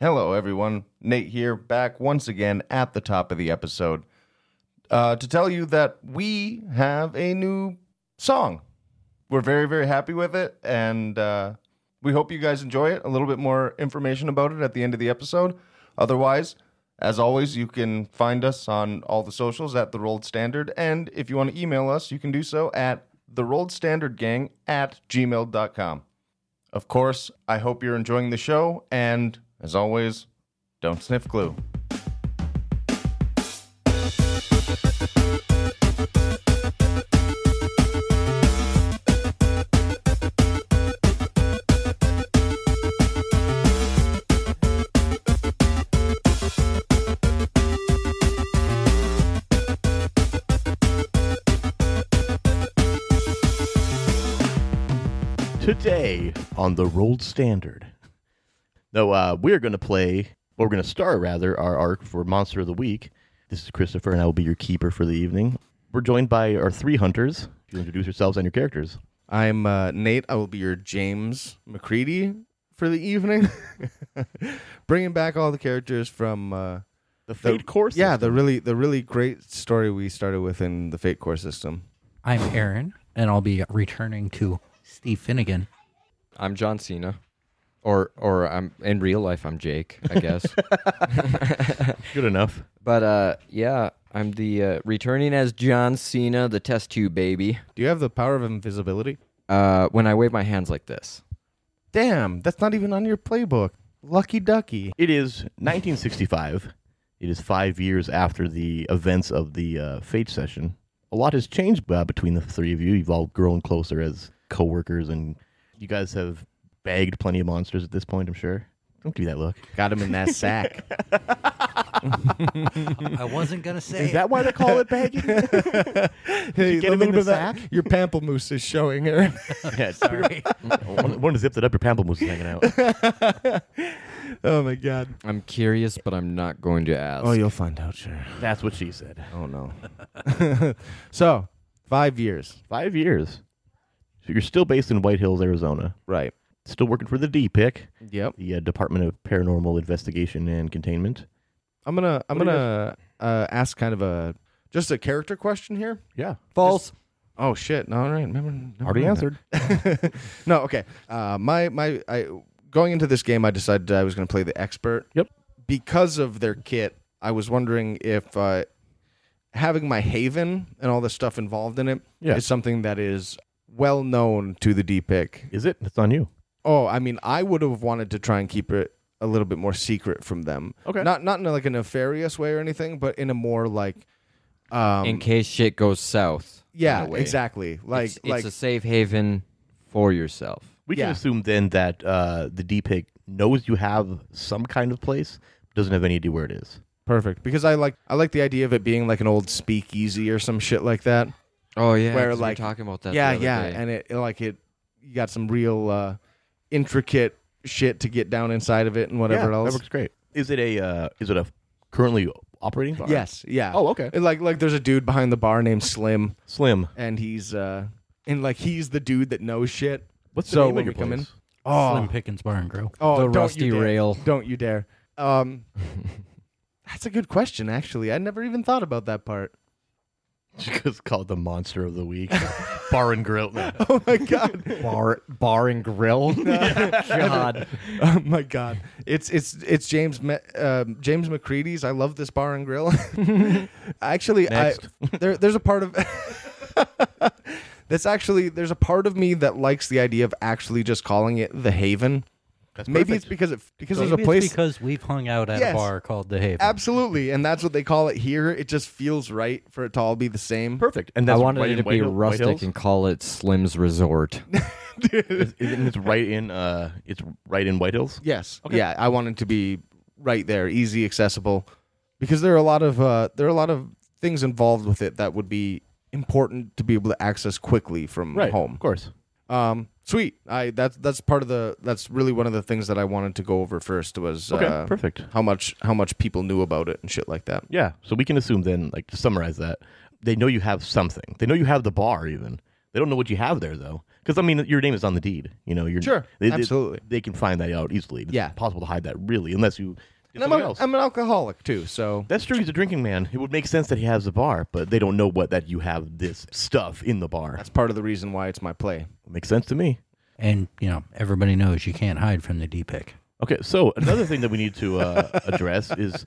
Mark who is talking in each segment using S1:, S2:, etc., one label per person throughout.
S1: Hello, everyone. Nate here, back once again at the top of the episode uh, to tell you that we have a new song. We're very, very happy with it, and uh, we hope you guys enjoy it. A little bit more information about it at the end of the episode. Otherwise, as always, you can find us on all the socials at The Rolled Standard, and if you want to email us, you can do so at The Rolled Standard Gang at gmail.com. Of course, I hope you're enjoying the show, and as always, don't sniff glue.
S2: Today on the Rolled Standard. No, uh, we're going to play, or we're going to start rather, our arc for Monster of the Week. This is Christopher, and I will be your keeper for the evening. We're joined by our three hunters. If you introduce yourselves and your characters.
S1: I'm uh, Nate. I will be your James McCready for the evening, bringing back all the characters from uh,
S2: The
S1: the-
S2: Fate Course.
S1: Yeah, the really the really great story we started with in the Fate Core system.
S3: I'm Aaron, and I'll be returning to Steve Finnegan.
S4: I'm John Cena. Or or I'm in real life I'm Jake, I guess.
S2: good enough.
S4: but uh yeah, I'm the uh, returning as John Cena, the test tube baby.
S1: Do you have the power of invisibility?
S4: Uh when I wave my hands like this.
S1: Damn, that's not even on your playbook. Lucky ducky.
S2: It is 1965. It is five years after the events of the uh, Fate session. A lot has changed uh, between the three of you. You've all grown closer as coworkers, and you guys have bagged plenty of monsters at this point. I'm sure. Don't give me that look.
S1: Got him in that sack.
S3: I wasn't gonna say.
S2: Is that why they call it bagging?
S1: hey,
S2: get him in the sack?
S1: Your pamplemousse is showing her.
S2: yeah, sorry. one, one zipped it up. Your pamplemousse is hanging out.
S1: oh my god.
S4: I'm curious, but I'm not going to ask.
S1: Oh, you'll find out, sure.
S2: That's what she said.
S1: Oh no. so, five years.
S2: Five years. So you're still based in White Hills, Arizona.
S1: Right.
S2: Still working for the DPIC,
S1: Yep.
S2: the uh, Department of Paranormal Investigation and Containment.
S1: I'm gonna I'm
S2: What do you
S1: gonna uh, ask kind of a just a character question here.
S2: Yeah.
S4: False.
S1: Oh shit! No, all right, remember, never
S2: Already
S1: mind.
S2: answered.
S1: no, okay. Uh, my my I going into this game, I decided I was going to play the expert.
S2: Yep.
S1: Because of their kit, I was wondering if uh, having my haven and all the stuff involved in it is
S2: Yeah.
S1: something that is well known to the D pick.
S2: Is it? It's on you.
S1: Oh, I mean, I would have wanted to try and keep it a little bit more secret from them.
S2: Okay.
S1: Not not in a, like a nefarious way or anything, but in a more like. Um,
S4: in case shit goes south. in
S1: yeah,
S4: a way.
S1: exactly. Like,
S4: it's, it's
S1: like
S4: a safe haven for yourself.
S2: We
S1: Yeah.
S2: can assume then that uh, the DPIC knows you have some kind of place, doesn't have any idea where it is.
S1: Perfect, because I like I like the idea of it being like an old speakeasy or some shit like that.
S4: Oh yeah.
S1: Where,
S4: 'cause we were
S1: like-
S4: talking about that. the
S1: yeah,
S4: other
S1: yeah,
S4: day.
S1: and it like it you got some real uh, intricate shit to get down inside of it and whatever
S2: Yeah,
S1: else.
S2: That works great. Is it a? Uh, is it a currently operating bar?
S1: Yes, yeah.
S2: Oh, okay.
S1: And, like like there's a dude behind the bar named Slim,
S2: Slim.
S1: and he's uh and like he's the dude that knows shit.
S2: What's the
S1: So
S2: name
S1: when
S2: of your
S1: you come in-
S2: place?
S1: Oh,
S3: Slim Pickens Bar and Grill?
S1: oh,
S4: the
S1: don't you
S4: rusty
S1: dare.
S4: rail.
S1: Don't you dare. Um, that's a good question. Actually, I never even thought about that part.
S2: It's called the Monster of the Week. bar and Grill. No.
S1: Oh my god.
S4: Bar bar and grill. God.
S1: Oh my God! It's it's it's James Ma- uh, James McCready's. I love this bar and grill. actually, I,
S2: Next.
S1: there there's a part of that's actually there's a part of me that likes the idea of actually just calling it the Haven.
S2: That's
S1: Maybe
S2: perfect.
S1: it's because it because
S3: Maybe
S1: there's a place
S3: it's because we've hung out at
S1: Yes.
S3: a bar called the Haven.
S1: absolutely, and that's what they call it here. It just feels right for it to all be the same.
S2: perfect. And
S4: I
S2: that's
S4: wanted
S2: right
S4: it
S2: in
S4: to
S2: White
S4: be
S2: Hill- White
S4: rustic
S2: Hills?
S4: and call it Slim's Resort.
S2: Is- is it- and it's right in. Uh, it's right in White Hills.
S1: Yes. Yeah, I want it to be right there, easy, accessible, because there are a lot of uh, there are a lot of things involved with it that would be important to be able to access quickly from home.
S2: Of course.
S1: Um, sweet. I that's that's part of the that's really one of the things that I wanted to go over first was
S2: Okay.
S1: uh,
S2: perfect.
S1: how much how much people knew about it and shit like that.
S2: Yeah. So we can assume then, like to summarize that, they know you have something. They know you have the bar even. They don't know what you have there though. Because I mean, your name is on the deed. You know, you're
S5: Sure.
S2: They, they-
S1: Absolutely.
S2: They, can find that out easily. It's
S1: Yeah.
S2: impossible to hide that really, unless you. did
S1: And I'm,
S2: something
S1: a,
S2: else.
S1: I'm an alcoholic too, so
S2: That's true. He's a drinking man. It would make sense that he has a bar, but they don't know what that you have this stuff in the bar.
S1: that's part of the reason why it's my play.
S2: makes sense to me.
S3: And, you know, everybody knows you can't hide from the D pick.
S2: Okay, so another thing that we need to uh, address is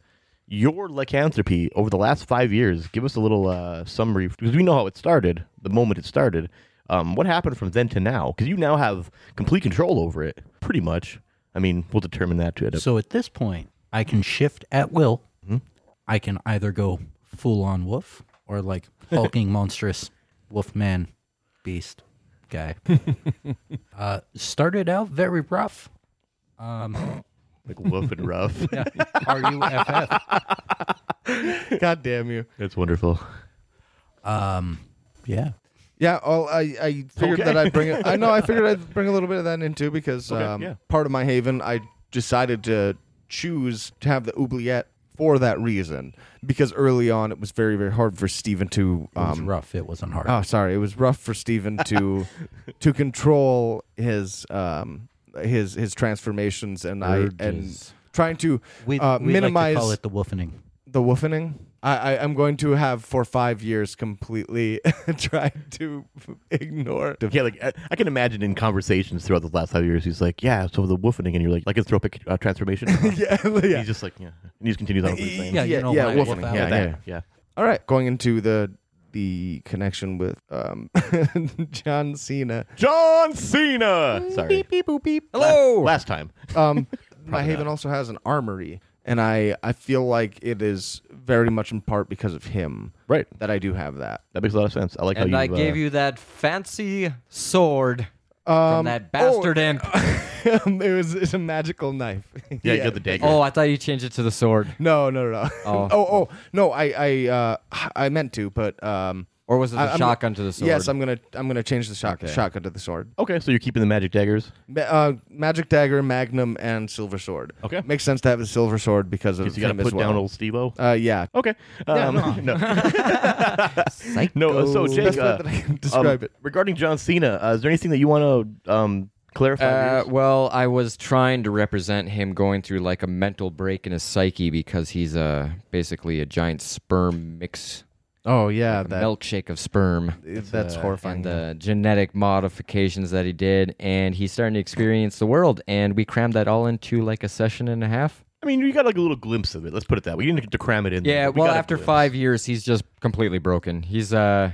S2: your lycanthropy over the last five years. Give us a little uh, summary because we know how it started, the moment it started. Um, what happened from then to now? Because you now have complete control over it, pretty much. I mean, we'll determine that to it.
S3: So at this point, I can shift at will.
S1: Mm-hmm.
S3: I can either go full on wolf or like hulking monstrous wolf man beast guy. uh, started out very rough.
S2: like woof and rough.
S3: R U F F.
S1: God damn you.
S2: That's wonderful.
S3: Yeah.
S1: Yeah, well, I, I figured
S2: Okay.
S1: that I'd bring it. I know I figured I'd bring a little bit of that in too because um,
S2: yeah.
S1: part of my haven, I decided to choose to have the oubliette for that reason because early on it was very very hard for Steven to
S3: It was
S1: um,
S3: rough. It wasn't hard.
S1: oh sorry it was rough for Steven to to control his um his his transformations and I and
S3: Urges.
S1: trying to
S3: we
S1: uh,
S3: we
S1: minimize
S3: like to call it the wolfening.
S1: the woofening. I, I I'm going to have for five years completely tried to ignore.
S2: Yeah, like I, I can imagine in conversations throughout the last five years, he's like, "Yeah, so the woofing," and you're like, "Like anthropic uh, transformation."
S1: yeah, yeah.
S2: He's just like, "Yeah," and he just continues on with his thing.
S3: Yeah, you know,
S1: yeah,
S3: my
S1: wolfing,
S3: wolf out.
S1: yeah,
S2: yeah, yeah.
S1: All right, going into the the connection with um John Cena.
S2: John Cena. Sorry,
S4: Hello.
S2: last time.
S1: Um, my haven also has an armory, and I I feel like it is very much in part because of him
S2: Right,
S1: that I do have that.
S2: that makes a lot of sense. I like
S4: and
S2: how
S4: I
S2: you. uh,
S4: gave you that fancy sword
S1: Um,
S4: from that bastard imp.
S1: it was it's a magical knife.
S2: Yeah, you got the dagger.
S4: Oh, I thought you changed it to the sword.
S1: No, no, no. no.
S4: Oh.
S1: Oh, oh, no. I, I, uh, I meant to, but um,
S4: Or was it the
S1: I- I'm-
S4: shotgun to the sword?
S1: Yes, I'm gonna, I'm gonna change the shot,
S4: Okay.
S1: shotgun to the sword.
S2: Okay, so you're keeping the magic daggers.
S1: Ma- uh, magic dagger, magnum, and silver sword.
S2: Okay.
S1: makes sense to have the silver sword because of
S2: Because you got
S1: him
S2: to put
S1: as well.
S2: down old Stevo.
S1: uh, yeah.
S2: okay. Um, no.
S4: Psycho.
S2: no. uh, So Jake,
S1: Best
S2: uh,
S1: way that I can describe
S2: um,
S1: it.
S2: regarding John Cena, uh, is there anything that you want to um, clarify?
S4: Uh,
S2: Reeves?
S4: well, I was trying to represent him going through like a mental break in his psyche because he's uh, basically a giant sperm mix,
S1: Oh yeah, that
S4: milkshake of sperm.
S1: that's
S4: uh,
S1: horrifying.
S4: And the genetic modifications that he did, and he's starting to experience the world. And we crammed that all into like a session and a half.
S2: I mean, you got like a little glimpse of it. Let's put it that way. You didn't get to cram it in.
S4: Yeah,
S2: there, but we
S4: well,
S2: got a
S4: after
S2: glimpse.
S4: five years, he's just completely broken. He's uh,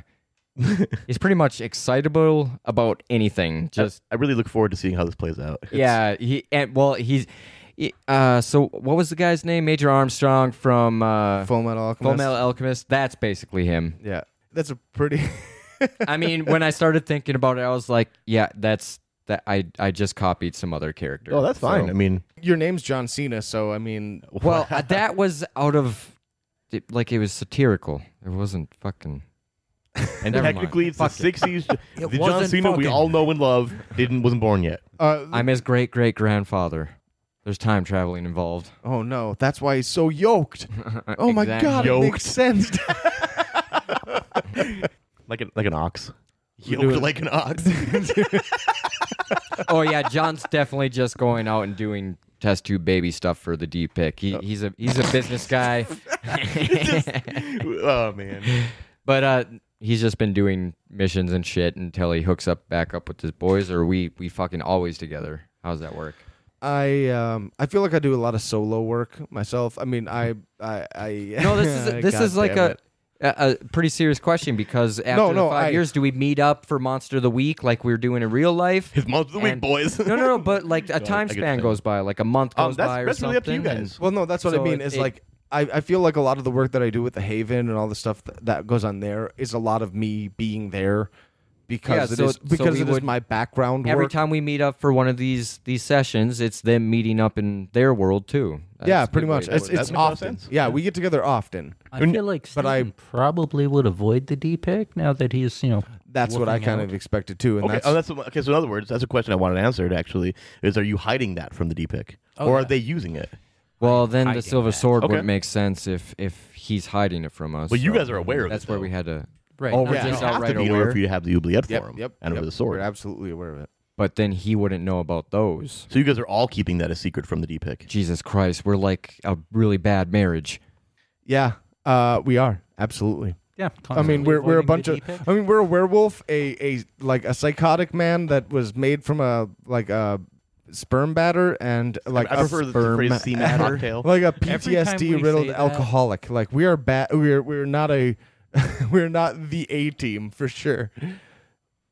S4: he's pretty much excitable about anything. Just
S2: I really look forward to seeing how this plays out. It's-
S4: yeah, he and well, he's he- uh, so what was the guy's name? Major Armstrong from uh,
S1: Full Metal
S4: Full
S1: Alchemist.
S4: Metal Alchemist. That's basically him.
S1: Yeah, that's a pretty.
S4: I mean, when I started thinking about it, I was like, yeah, that's that. I I just copied some other character.
S2: Oh, that's fine.
S4: So-
S2: I mean,
S1: Your name's John Cena, so I mean,
S4: well, uh, that was out of it- like it was satirical. It wasn't fucking.
S2: and
S4: never
S2: technically,
S4: mind.
S2: it's the '60s.
S3: It
S2: the John
S3: wasn't
S2: Cena we
S3: fucking.
S2: all know and love didn't wasn't born yet.
S1: uh,
S4: I'm his great great grandfather. There's time traveling involved.
S1: oh no, that's why he's so yoked. Oh my
S4: Exact-
S1: god,
S2: Yoked.
S1: it makes sense.
S2: Like an like an ox.
S1: do
S2: Yoked
S1: it.
S2: like an ox.
S4: oh yeah, John's definitely just going out and doing test tube baby stuff for the D pick.
S1: Oh.
S4: He, he's a he's a business guy,
S2: oh man.
S4: but uh, he's just been doing missions and shit until he hooks up back up with his boys, or we we fucking always together. How's that work?
S1: I um I feel like I do a lot of solo work myself. I mean, I I, I
S4: No, this is this
S1: God
S4: is like
S1: damn
S4: a,
S1: it.
S4: a a pretty serious question because after
S1: No,
S4: the
S1: no,
S4: five
S1: I-
S4: years, do we meet up for Monster of the Week like we're doing in real life?
S2: His month of the week,
S4: And-
S2: boys.
S4: no, no, no. But like a
S2: No, I
S4: time
S2: get
S4: span
S2: that.
S4: goes by, like a month goes
S2: um, that's
S4: by or
S2: that's really up to you
S4: something, and-
S2: guys.
S1: Well, no, that's what
S4: So
S1: I mean.
S4: it-
S1: Is
S4: it-
S1: like I I feel like a lot of the work that I do with the Haven and all the stuff that, that goes on there is a lot of me being there because
S4: Yeah,
S1: it
S4: so-
S1: is
S4: so
S1: because
S4: we
S1: it is
S4: would-
S1: my background
S4: Every
S1: work.
S4: time we meet up for one of these these sessions, it's them meeting up in their world too. That's
S1: yeah,
S4: a
S1: pretty
S4: good way
S1: much.
S4: to
S1: It's,
S4: put it.
S1: it's
S2: That makes a lot of
S1: often.
S2: sense.
S1: Yeah, we get together often.
S3: I feel like
S1: but I-
S3: Steven probably would avoid the D pick now that he's, you know,
S1: That's what I
S3: wolfing
S1: kind
S3: out.
S1: of expected too. And
S2: Okay.
S1: that's,
S2: oh, that's okay. So in other words, that's a question I wanted answered. Actually, is are you hiding that from the D pick,
S3: Oh,
S2: or are
S3: yeah.
S2: they using it?
S4: well, then the
S3: hiding
S4: silver
S3: that.
S4: sword
S2: Okay.
S4: wouldn't make sense if if he's hiding it from us.
S2: Well, you
S4: so
S2: guys are aware of it,
S4: That's where
S2: though.
S4: we had to.
S3: Right.
S2: Oh,
S4: Not
S1: yeah.
S4: just
S2: It has
S4: outright
S2: to be in
S4: aware,
S2: order for you to have the oubliette for him and over the
S1: We're
S2: sword.
S1: absolutely aware of it.
S4: but then he wouldn't know about those.
S2: so you guys are all keeping that a secret from the D pick.
S4: Jesus Christ, we're like a really bad marriage.
S1: Yeah, uh, we are absolutely.
S3: yeah.
S1: I mean, we're we're a bunch of.
S3: Pick.
S1: I mean, we're a werewolf, a a like a psychotic man that was made from a like a sperm batter and like
S2: I
S1: a
S2: prefer the
S1: sperm
S2: phrase "seen that cocktail."
S1: like a
S3: Every time we
S1: PTSD riddled
S3: say that-
S1: alcoholic. Like we are bad. We're we're not a. we're not the A team for sure.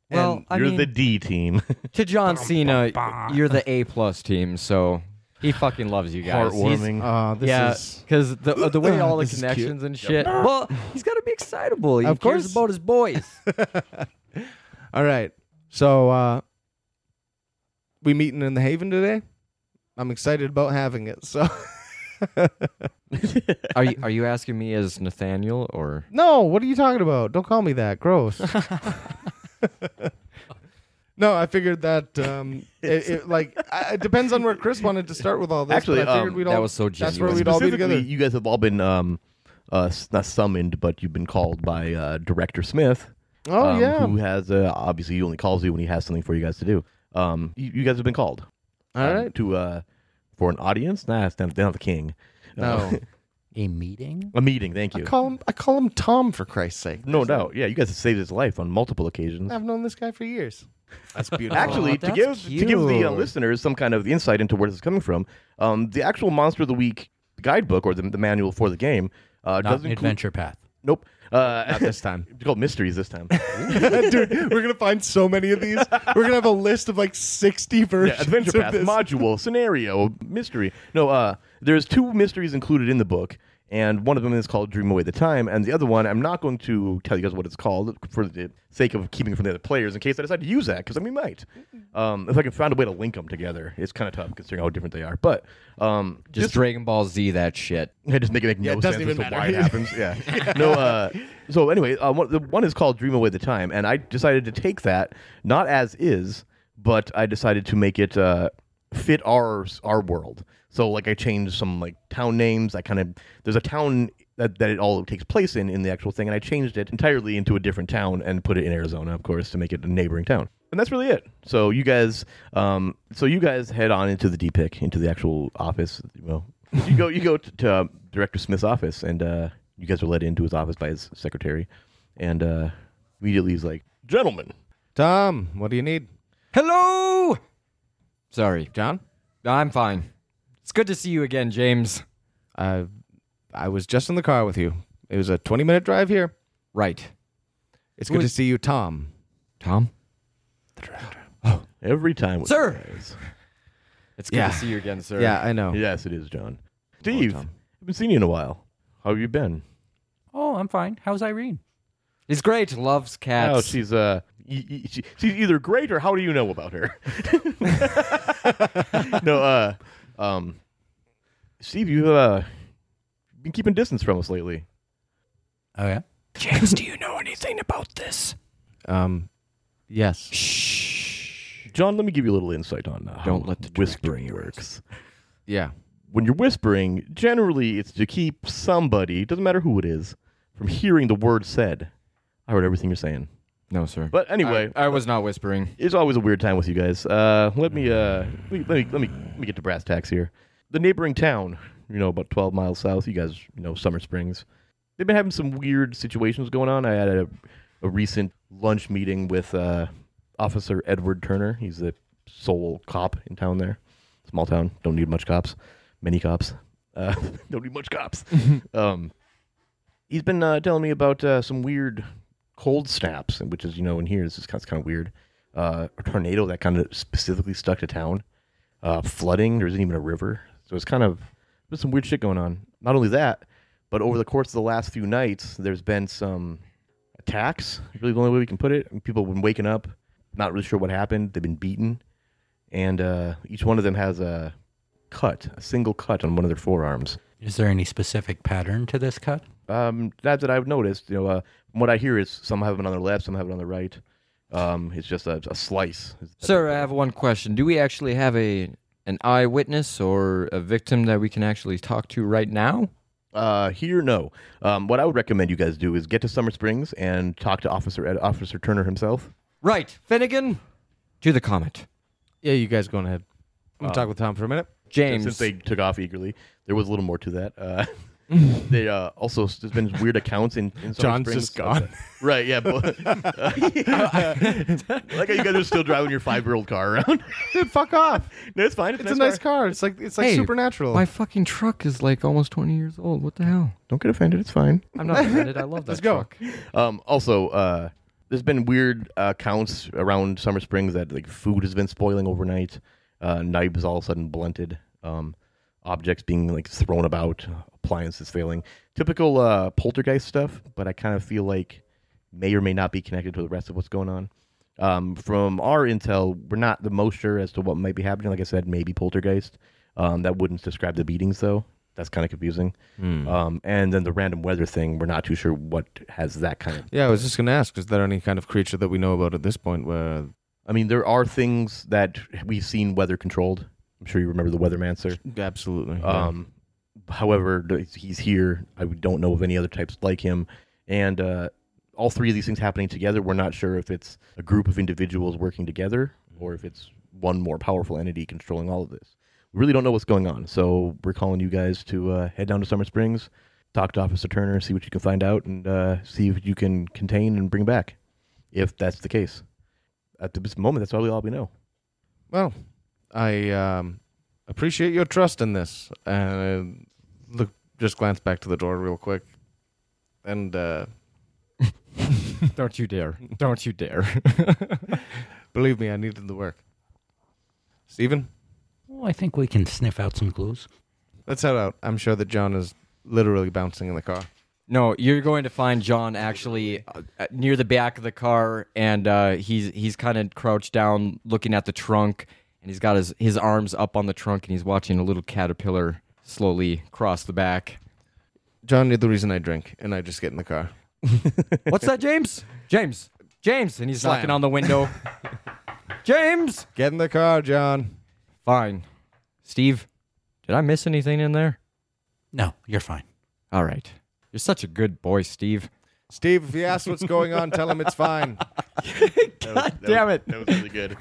S4: Well,
S1: And
S4: I
S2: You're
S4: mean,
S2: the D team.
S4: to John Cena, you're the A plus team, so he fucking loves you guys. He's-
S2: Heartwarming.
S1: uh, this
S4: yeah,
S1: is
S4: because the uh, the way all the
S1: This is cute.
S4: connections and shit. Well, he's got to be excitable. He
S1: Of
S4: cares
S1: course.
S4: about his boys.
S1: all right. So uh we meeting in the Haven today. I'm excited about having it. So
S4: are you are you asking me as Nathaniel or
S1: No, what are you talking about? Don't call me that. Gross. no, I figured that um, it, it, like I, it depends on where Chris wanted to start with all this.
S2: Actually,
S1: but I figured
S2: um,
S1: we'd
S4: that
S1: all,
S4: was so
S1: That's where
S4: genuine.
S1: we'd all be
S2: Specifically,
S1: together.
S2: you guys have all been um, uh, s- not summoned, but you've been called by uh, Director Smith.
S1: Oh
S2: um,
S1: yeah.
S2: Who has uh, obviously he only calls you when he has something for you guys to do. Um, you, you guys have been called.
S1: all
S2: um,
S1: right.
S2: To uh, for an audience? Nah, it's not, they're not the king. Uh,
S4: Oh,
S1: No,
S3: a meeting.
S2: a meeting. Thank
S1: I
S2: you.
S1: call him. I call him Tom for Christ's sake.
S2: No doubt. Yeah, you guys have saved his life on multiple occasions.
S1: I've known this guy for years. Oh, That's beautiful.
S2: Actually, to
S3: that's
S2: give to give the uh,
S3: cute.
S2: listeners some kind of insight into where this is coming from, um, the actual Monster of the Week guidebook or the, the manual for the game uh,
S3: Not
S2: doesn't
S3: an
S2: include-
S3: adventure path.
S2: Nope. Uh,
S1: this time,
S2: it's called mysteries this time.
S1: dude, we're gonna find so many of these. We're gonna have a list of like sixty versions.
S2: yeah, adventure
S1: of
S2: path,
S1: this.
S2: module, scenario, mystery. No, uh, there's two mysteries included in the book, and one of them is called Dream Away the Time, and the other one I'm not going to tell you guys what it's called for the sake of keeping it from the other players in case I decide to use that because we might. Um, if I can find a way to link them together, it's kind of tough considering how different they are. But um,
S4: just Dragon Ball Z that shit?
S2: I just make it make
S1: Yeah,
S2: no
S1: it doesn't
S2: sense as
S1: even
S2: to
S1: matter.
S2: why it happens. Yeah. no. Uh, so anyway, uh, one, the one is called "Dream Away the Time," and I decided to take that not as is, but I decided to make it uh, fit our our world. So like I changed some like town names. I kind of there's a town that, that it all takes place in in the actual thing, and I changed it entirely into a different town and put it in Arizona, of course, to make it a neighboring town. And that's really it. So you guys, um, so you guys head on into the D pick into the actual office. Well, you go, you go t- to uh, Director Smith's office, and uh, you guys are led into his office by his secretary, and uh, immediately he's like, "Gentlemen,
S1: Tom, what do you need?
S4: Hello. Sorry,
S1: John,
S4: I'm fine. It's good to see you again, James.
S1: I Uh, I was just in the car with you. It was a 20 minute drive here.
S4: Right,
S1: It's
S4: Who
S1: good to
S4: is-
S1: see you, Tom.
S4: Tom.
S2: every time, with
S4: Sir!
S2: you guys."
S4: It's good
S1: Yeah.
S4: to see you again, sir.
S1: Yeah, I know.
S2: yes, it is John. Steve, haven't seen you in a while. How have you been?
S3: Oh, I'm fine. How's Irene?
S4: he's great. Loves cats.
S2: Oh, she's uh, y- y- she, she's either great or how do you know about her? no, uh, um, Steve, you've uh, been keeping distance from us lately.
S3: Oh yeah.
S4: James, do you know anything about this?
S1: Um, yes.
S2: John, let me give you a little insight on uh, how
S4: Don't let the director
S2: whispering works.
S1: Yeah.
S2: When you're whispering, generally it's to keep somebody, doesn't matter who it is, from hearing the word said. I heard everything you're saying.
S4: No, sir.
S2: But anyway,
S4: I, I was not whispering.
S2: it's always a weird time with you guys. Uh, let me uh, let me, let me let me let me get to brass tacks here. The neighboring town, you know, about twelve miles south. You guys you know Summer Springs. They've been having some weird situations going on. I had a, a recent lunch meeting with uh, Officer Edward Turner. He's the sole cop in town there. Small town, don't need much cops. Many cops, uh, don't need much cops. um, he's been uh, telling me about uh, some weird cold snaps, and which is you know in here this is kind of, kind of weird. Uh, a tornado that kind of specifically stuck to town. Uh, flooding. There isn't even a river, so it's kind of there's some weird shit going on. Not only that, but over the course of the last few nights, there's been some attacks. is Really, the only way we can put it. And people have been waking up, not really sure what happened. They've been beaten, and uh, each one of them has a cut, a single cut on one of their forearms.
S3: Is there any specific pattern to this cut?
S2: Um, not that I've noticed. You know, uh, from what I hear is some have it on their left, some have it on their right. Um, it's just a, a slice.
S4: Sir, I have one question. Do we actually have a an eyewitness or a victim that we can actually talk to right now?
S2: Uh, here, no. Um, what I would recommend you guys do is get to Summer Springs and talk to Officer Ed, Officer Turner himself.
S4: Right, Finnegan, to the comment.
S1: Yeah, you guys going ahead. I'm gonna talk with Tom for a minute.
S4: James,
S2: Since they took off eagerly, there was a little more to that. Uh, they uh, also there's been weird accounts in, in Summer
S1: John's
S2: Springs.
S1: just gone.
S2: Right? Yeah. but- like how you guys are still driving your five year old car around.
S1: Dude, fuck off.
S2: no, it's fine. It's,
S1: It's a nice car. It's like it's like
S4: Hey,
S1: supernatural.
S4: my fucking truck is like almost 20 years old. What the hell?
S2: Don't get offended. It's fine.
S4: I'm not offended. I love that
S1: Let's go.
S4: truck.
S2: Um, also, uh, there's been weird uh, accounts around Summer Springs that like food has been spoiling overnight, uh, knives all of a sudden blunted, um, objects being like thrown about, appliances failing. Typical uh, poltergeist stuff, but I kind of feel like may or may not be connected to the rest of what's going on. Um, from our intel, we're not the most sure as to what might be happening. Like I said, maybe poltergeist. Um, that wouldn't describe the beatings, though. That's kind of confusing. Um, and then the random weather thing, we're not too sure what has that kind of.
S1: yeah, I was just gonna ask, is there any kind of creature that we know about at this point where
S2: I mean, there are things that we've seen weather controlled. I'm sure you remember the weatherman, sir.
S1: absolutely
S2: Um, however, th- he's here. I don't know of any other types like him. And uh, all three of these things happening together, we're not sure if it's a group of individuals working together or if it's one more powerful entity controlling all of this. We really don't know what's going on. So we're calling you guys to uh, head down to Summer Springs, talk to Officer Turner, see what you can find out, and uh, see if you can contain and bring back, if that's the case. At this moment, that's probably all we know.
S1: Well, I um, appreciate your trust in this. And I look, just glance back to the door real quick. And uh,
S6: Don't you dare. Don't you dare.
S1: believe me, I needed the work. Stephen,
S3: Well, I think we can sniff out some clues.
S1: let's head out. I'm sure that John is literally bouncing in the car.
S4: No, you're going to find John actually uh, uh, near the back of the car, and uh, he's he's kind of crouched down, looking at the trunk, and he's got his his arms up on the trunk, and he's watching a little caterpillar slowly cross the back.
S1: John knew the reason I drink, and I just get in the car.
S4: What's that, James? James, James, and he's knocking on the window. James,
S1: Get in the car, John.
S4: fine. Steve, did I miss anything in there?
S3: No, you're fine.
S4: All right, you're such a good boy, Steve.
S1: Steve, if you ask what's going on, tell him it's fine.
S4: God damn it.
S2: That was really good.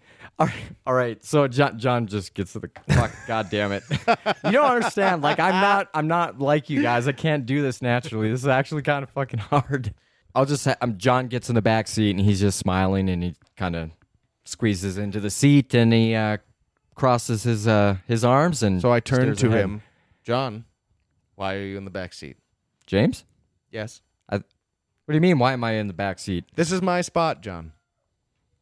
S4: All right, all right. So John, John just gets to the fuck. God damn it! You don't understand. Like I'm not, I'm not like you guys. I can't do this naturally. This is actually kind of fucking hard. I'll just. Ha- um John gets in the back seat and he's just smiling and he kind of squeezes into the seat and he uh, crosses his uh, his arms and.
S1: So I turn
S4: stares
S1: to
S4: ahead.
S1: him. John, why are you in the back seat?
S4: James,
S1: Yes.
S4: what do you mean? Why am I in the back seat?
S1: This is my spot, John.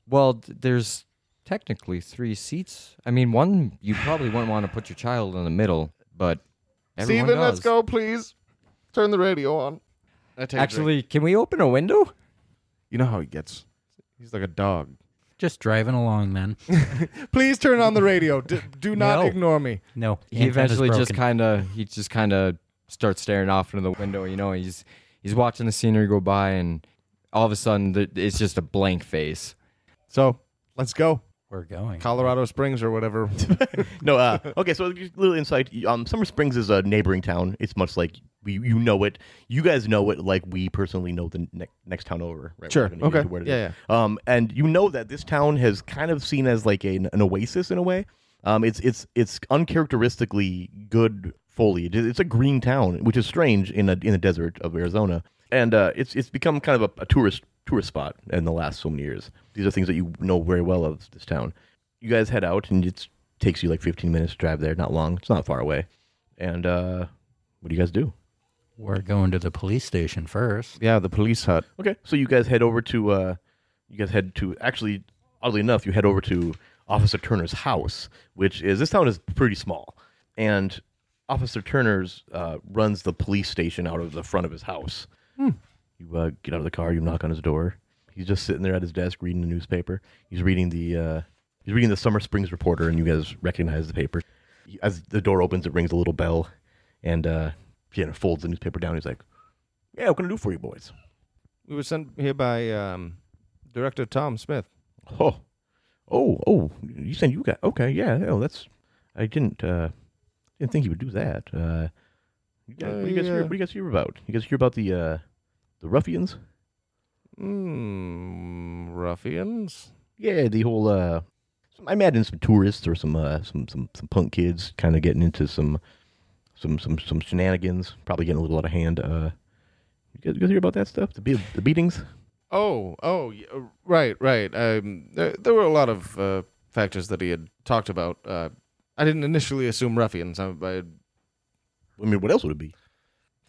S4: Well, th- there's technically three seats. I mean, one you probably wouldn't want to put your child in the middle, but everyone
S1: Steven, let's
S4: does.
S1: go, please. Turn the radio on. I take a drink.
S4: Actually, can we open a window?
S1: You know how he gets. He's like a dog.
S3: Just driving along, man.
S1: Please turn on the radio. D- do not
S3: No.
S1: ignore me.
S3: No,
S4: He eventually just
S3: kind.
S4: kind of he just kind of starts staring off into the window. You know, he's he's watching the scenery go by, and all of a sudden th- it's just a blank face.
S1: So let's go.
S3: We're going.
S1: Colorado Springs or whatever.
S2: no, uh, okay, so just a little insight. Um, Summer Springs is a neighboring town. It's much like we, you know it. You guys know it like we personally know the ne- next town over. Right?
S1: Sure,
S2: We're gonna get
S1: okay,
S2: into where it
S1: yeah,
S2: is. Um, and you know that this town has kind of seen as like an, an oasis in a way. Um, it's it's it's uncharacteristically good foliage. It- It's a green town, which is strange in a in the desert of Arizona. And uh, it's it's become kind of a, a tourist tourist spot in the last so many years. These are things that you know very well of this town you guys head out and it takes you like 15 minutes to drive there not long it's not far away and uh what do you guys do
S3: We're going to the police station first.
S1: yeah, the police hut.
S2: okay so you guys head over to uh you guys head to actually oddly enough you head over to officer turner's house which is this town is pretty small and officer turner's uh runs the police station out of the front of his house you uh, get out of the car you knock on his door he's just sitting there at his desk reading the newspaper he's reading the uh he's reading the summer springs reporter and you guys recognize the paper as the door opens, it rings a little bell, and uh, Piano folds the newspaper down. He's like, "Yeah, what can I do for you, boys?"
S1: We were sent here by um, Director Tom Smith.
S2: Oh, oh, oh! You said you got okay? Yeah, oh, that's I didn't uh, didn't think he would do that. Uh, you guys- what, do you guys hear,
S1: yeah.
S2: what do you guys hear about? You guys hear about the uh, the ruffians?
S1: Mm, ruffians.
S2: Yeah, the whole. Uh, some, I imagine some tourists or some uh, some some some punk kids kind of getting into some some some some shenanigans, probably getting a little out of hand. Uh, you guys, you guys hear about that stuff? The be- the beatings.
S1: Oh, oh, y- uh, right, right. Um, there, there were a lot of uh, factors that he had talked about. Uh, I didn't initially assume ruffians. I, I,
S2: I mean, what else would it be?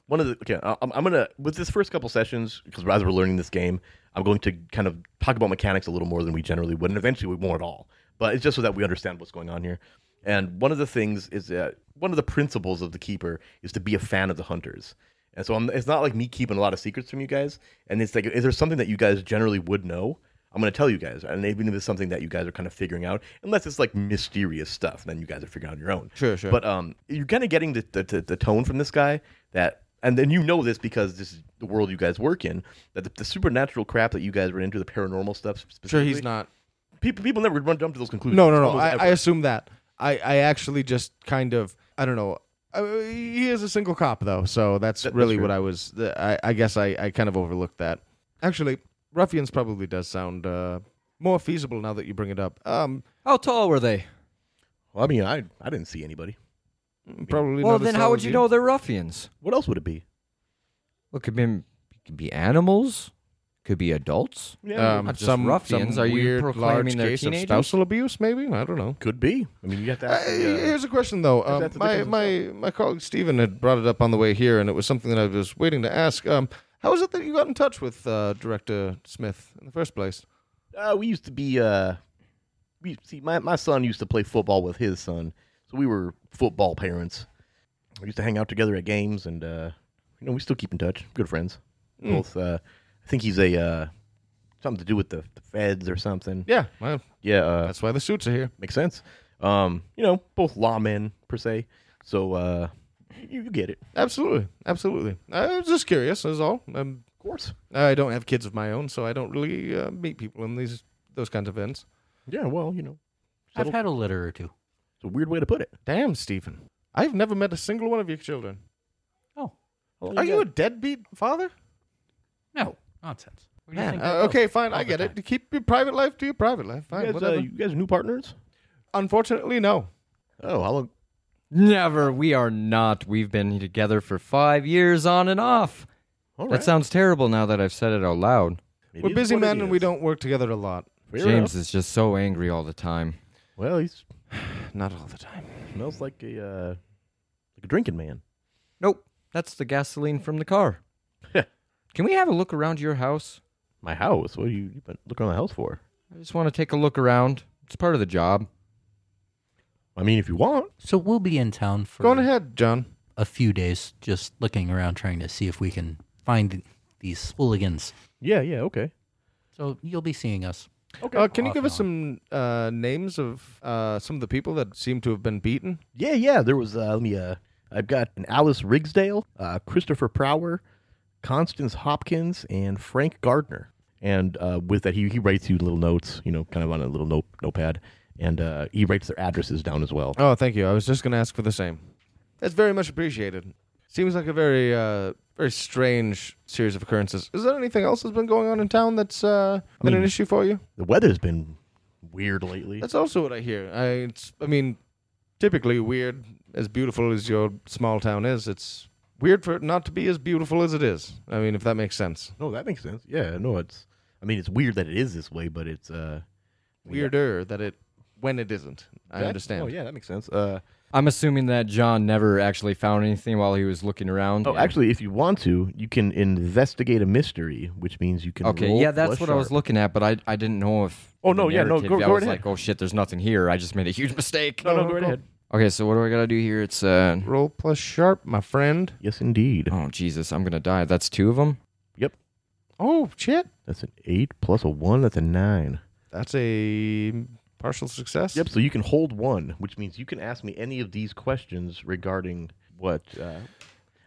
S2: One of the okay, I- I'm, I'm gonna with this first couple sessions because as we're learning this game, I'm going to kind of talk about mechanics a little more than we generally would, and eventually we won't at all. But it's just so that we understand what's going on here. And one of the things is that one of the principles of the keeper is to be a fan of the hunters. And so I'm, it's not like me keeping a lot of secrets from you guys. And it's like, is there something that you guys generally would know? I'm going to tell you guys. And even if it's something that you guys are kind of figuring out, unless it's like mysterious stuff, then you guys are figuring out on your own.
S1: Sure, sure.
S2: But um, you're kind of getting the, the, the, the tone from this guy that, and then you know this because this is the world you guys work in, that the, the supernatural crap that you guys were into, the paranormal stuff specifically.
S1: sure, he's not.
S2: People, people never run jump to those conclusions.
S1: No, no, no.
S2: almost
S1: I,
S2: ever.
S1: I assume that. I, I actually just kind of. I don't know. I, he is a single cop, though, so that's
S2: That- that's
S1: really
S2: true.
S1: what I was. the- I, I guess I, I kind of overlooked that. Actually, ruffians probably does sound uh, more feasible now that you bring it up. Um,
S4: How tall were they?
S2: Well, I mean, I, I didn't see anybody.
S4: Mm-hmm.
S1: probably.
S4: well,
S1: not as
S4: then how
S1: tall
S4: would
S1: as
S4: you know they're ruffians?
S2: What else would it be?
S4: Look, could be, could be animals, could be adults.
S1: Um,
S4: Not just
S1: some
S4: ruffians.
S1: Some
S4: Are you
S1: weird,
S4: proclaiming
S1: large
S4: they're
S1: case
S4: teenagers?
S1: of spousal abuse? Maybe I don't know.
S2: Could be. I mean, you have to
S1: Uh,
S2: ask. the, uh,
S1: here's a question though. Um,
S2: that's the
S1: my
S2: difference
S1: my my colleague Stephen had brought it up on the way here, and it was something that I was waiting to ask. Um, how is it that you got in touch with uh, director Smith in the first place?
S2: Uh, we used to be. Uh, we see my, my son used to play football with his son, so we were football parents. We used to hang out together at games, and uh, you know we still keep in touch. Good friends. Both. Uh, I think he's a uh, something to do with the, the feds or something.
S1: Yeah, well,
S2: Yeah, uh,
S1: that's why the suits are here.
S2: makes sense. Um, you know, both lawmen per se. So uh, you, you get it,
S1: Absolutely, absolutely. I was just curious, is all. Um,
S2: of course.
S1: I don't have kids of my own, so I don't really uh, meet people in these those kinds of events.
S2: Yeah, well, you know,
S3: I've had a litter or two.
S2: it's a weird way to put it.
S1: Damn, Stephen, I've never met a single one of your children.
S3: Oh
S1: Are you a deadbeat father?
S3: no, nonsense. Where do you
S1: Man,
S3: think
S1: uh,
S3: that goes?
S1: okay, fine,
S3: All
S1: I
S3: the
S1: get
S3: time.
S1: it. Keep your private life to your private life. Fine,
S2: You guys, uh,
S1: whatever.
S2: you guys new partners?
S1: Unfortunately, no.
S2: Oh, how long?
S4: Never. We are not. We've been together for five years on and off.
S2: All
S4: That sounds terrible now that I've said it out loud.
S2: It
S1: We're
S2: is
S1: busy
S2: what it
S1: men and we
S2: is.
S1: don't work together a lot.
S2: Fair
S4: James
S2: enough.
S4: is just so angry all the time.
S2: Well, he
S1: Not all the time.
S2: smells like a uh, like a drinking man.
S4: Nope. That's the gasoline from the car. Can we have a look around your house?
S2: My house. What are you, you been looking around my house for?
S4: I just want to take a look around. It's part of the job.
S2: I mean, if you want.
S3: So we'll be in town for
S1: Go on ahead, John.
S3: a few days, just looking around, trying to see if we can find these hooligans.
S2: Yeah. Yeah. Okay.
S3: So you'll be seeing us.
S1: Uh, can you
S3: Off
S1: give us some
S3: and
S1: uh, names of uh, some of the people that seem to have been beaten?
S2: Yeah. Yeah. There was. Uh, let me. Uh, I've got an Alice Rigsdale, uh, Christopher Prower, Constance Hopkins, and Frank Gardner. And uh, with that, he he writes you little notes. You know, kind of on a little note notepad, and uh, he writes their addresses down as well.
S1: Oh, thank you. I was just going to ask for the same. That's very much appreciated. Seems like a very, uh, very strange series of occurrences. Is there anything else that's been going on in town that's uh, been an issue for you?
S2: The weather's been weird lately.
S1: That's also what I hear. I, it's, I mean, typically weird. As beautiful as your small town is, it's weird for it not to be as beautiful as it is. I mean, if that makes sense.
S2: No, that makes sense. Yeah. No, it's. I mean, it's weird that it is this way, but it's. uh
S1: Weirder that it when it isn't. I
S2: That-
S1: understand.
S2: Oh yeah, that makes sense. Uh,
S4: I'm assuming that John never actually found anything while he was looking around.
S2: oh, actually, if you want to, you can investigate a mystery, which means you can.
S4: Okay,
S2: roll
S4: yeah, that's
S2: plus
S4: what I was
S2: sharp.
S4: looking at, but I, I didn't know if.
S2: Oh,
S4: in the
S2: no, yeah, no,
S4: narrative,
S2: go-
S4: I
S2: go
S4: was
S2: right
S4: like,
S2: ahead.
S4: oh shit, there's nothing here. I just made a huge mistake.
S2: No, no, go right ahead.
S4: Okay, so what do I gotta do here? It's uh.
S1: Roll plus sharp, my friend.
S2: Yes, indeed.
S4: Oh Jesus, I'm gonna die. That's two of them.
S1: Oh shit.
S2: That's an eight plus a one. That's a nine.
S1: That's a partial success.
S2: Yep. So you can hold one, which means you can ask me any of these questions regarding what. Uh,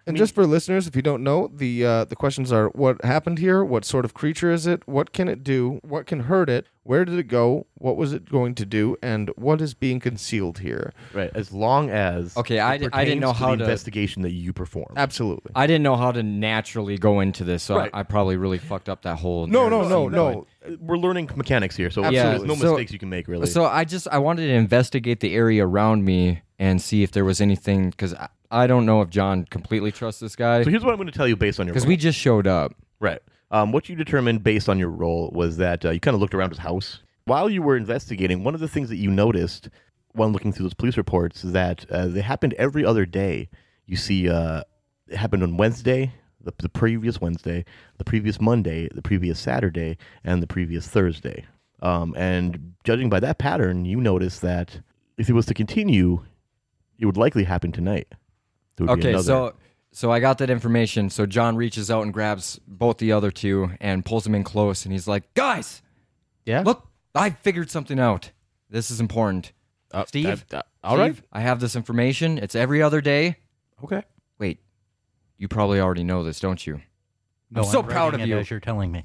S1: And just for listeners, if you don't know, the uh, the questions are: What happened here? What sort of creature is it? What can it do? What can hurt it? Where did it go? What was it going to do? And what is being concealed here?
S2: Right. As long as
S4: Okay,
S2: it
S4: I d- I
S2: pertains
S4: didn't know
S2: to
S4: how
S2: the
S4: to-
S2: investigation that you perform.
S1: Absolutely.
S4: I didn't know how to naturally go into this, so I, I probably really fucked up that whole.
S1: No, no,
S4: narrative
S1: no,
S4: scene,
S1: no.
S2: uh, We're learning mechanics here, so
S4: Absolutely.
S2: there's no
S4: So-
S2: mistakes you can make really.
S4: but- So I just I wanted to investigate the area around me and see if there was anything because I, I don't know if John completely trusts this guy
S2: So here's what I'm going to tell you based on your
S4: because
S2: role.
S4: we just showed up.
S2: right. Um, what you determined based on your role was that uh, you kind of looked around his house while you were investigating. One of the things that you noticed while looking through those police reports is that uh, they happened every other day. You see, uh, it happened on Wednesday, the, the previous Wednesday, the previous Monday, the previous Saturday, and the previous Thursday. Um, and judging by that pattern, you notice that if it was to continue, it would likely happen tonight. There would be
S4: Okay,
S2: another.
S4: so so I got that information. So John reaches out and grabs both the other two and pulls them in close, and he's like, "Guys,
S1: Yeah?
S4: look, I figured something out. This is important." Steve,
S1: all
S4: Steve, I have this information. It's every other day.
S1: Okay.
S4: Wait, you probably already know this, don't you?
S3: No,
S4: I'm so proud
S3: writing it
S4: of you.
S3: As you're telling me.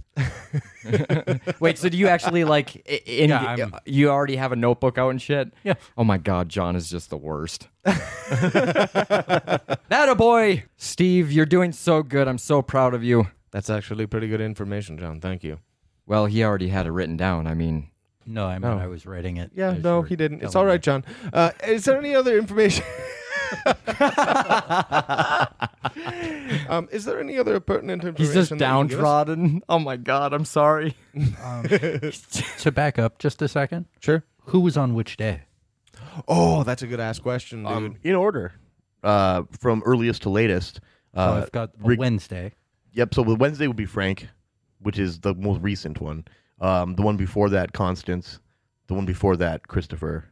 S4: Wait, so do you actually like i- in
S3: Yeah, I'm-
S4: you already have a notebook out and shit?
S3: Yeah.
S4: Oh my god, John is just the worst. that a boy. Steve, you're doing so good. I'm so proud of you.
S1: That's actually pretty good information, John. Thank you.
S4: Well, he already had it written down. I mean,
S3: No, I mean I was writing it.
S1: Oh. Yeah,
S3: as you
S1: no,
S3: were
S1: he didn't. It's all
S3: telling me.
S1: right, John. Uh, is there any other information? um, is there any other pertinent information?
S4: he's just
S1: that you can give us?
S4: downtrodden. Oh my god, I'm sorry.
S3: to back up just a second.
S1: Sure.
S3: Who was on which day?
S1: Oh, that's a good ass question,
S4: Um,
S1: dude.
S2: Um, in order uh, from earliest to latest.
S3: So
S2: Uh,
S3: I've got a
S2: reg-
S3: Wednesday.
S2: Yep. So the Wednesday would be Frank, which is the most recent one. Um, the one before that, Constance. The one before that, Christopher,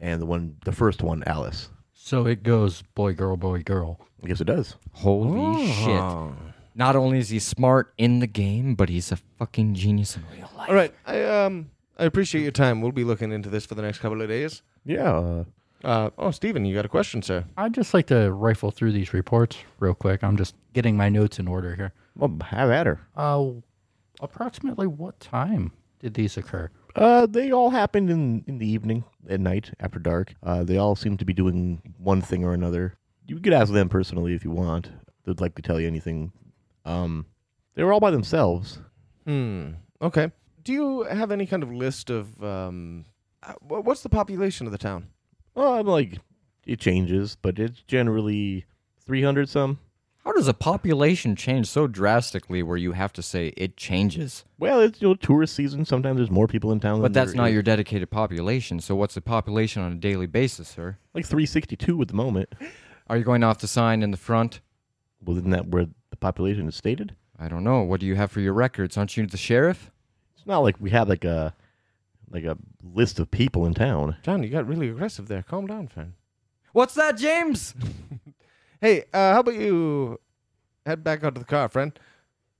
S2: and the one, the first one, Alice.
S3: So it goes boy, girl, boy, girl.
S2: I guess it does.
S4: Holy
S1: Oh.
S4: shit. Not only is he smart in the game, but he's a fucking genius in real life.
S1: all right. I um I appreciate your time. We'll be looking into this for the next couple of days.
S2: Yeah. Uh,
S1: Uh, oh, Steven, you got a question, sir?
S3: I'd just like to rifle through these reports real quick. I'm just getting my notes in order here.
S2: well, have at her.
S3: Uh, approximately what time did these occur?
S2: Uh, they all happened in, in the evening, at night, after dark. Uh, they all seem to be doing one thing or another. You could ask them personally if you want. They'd like to tell you anything. Um, they were all by themselves.
S1: Hmm. Okay. Do you have any kind of list of um, uh, wha- what's the population of the town?
S2: Well, I'm like, it changes, but it's generally 300 some.
S4: How does a population change so drastically where you have to say it changes?
S2: Well, it's you know tourist season. Sometimes there's more people in town. than
S4: But that's
S2: there
S4: not
S2: is.
S4: your dedicated population. So what's the population on a daily basis, sir?
S2: like 362 at the moment.
S4: Are you going off the sign in the front?
S2: Well, isn't that where the population is stated?
S4: I don't know. What do you have for your records? Aren't you the sheriff?
S2: It's not like we have like a like a list of people in town.
S1: John, you got really aggressive there. Calm down, friend.
S4: What's that, James?
S1: Hey, uh, how about you head back out to the car, friend?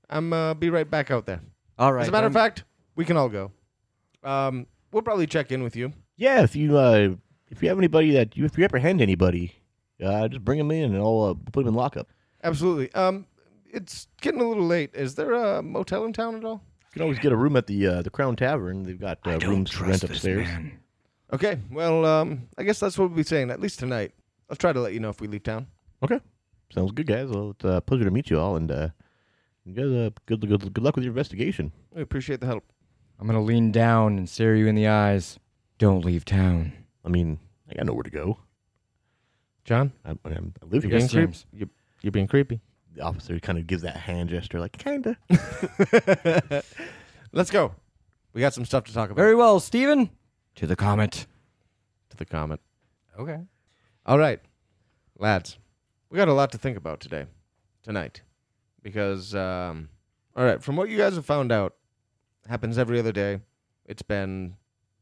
S1: I'm uh, be right back out there.
S4: All right.
S1: As a matter of
S4: I'm-
S1: fact, we can all go. Um, we'll probably check in with you.
S2: Yeah, if you uh if you have anybody that you if you apprehend anybody, uh just bring them in and I'll uh, put them in lockup.
S1: Absolutely. Um, it's getting a little late. Is there a motel in town at all?
S2: You can always get a room at the uh, the Crown Tavern. They've got uh, rooms to rent upstairs.
S1: Okay. Well, um, I guess that's what we'll be saying at least tonight. I'll try to let you know if we leave town.
S2: Okay, sounds good, guys. Well, it's a pleasure to meet you all, and uh, you guys, uh, good good good luck with your investigation.
S1: We appreciate the help.
S4: I'm going to lean down and stare you in the eyes. Don't leave town.
S2: I mean, I got nowhere to go.
S1: John,
S2: I, I mean, I live here.
S4: Yes,
S1: creep-
S4: James.
S1: you- you're being creepy.
S2: The officer kind of gives that hand gesture, like kinda.
S1: Let's go. We got some stuff to talk about.
S4: Very well, Stephen. To the comet.
S1: to the comment.
S3: Okay.
S1: All right, lads, we got a lot to think about today, tonight, because um, all right, from what you guys have found out, happens every other day. It's been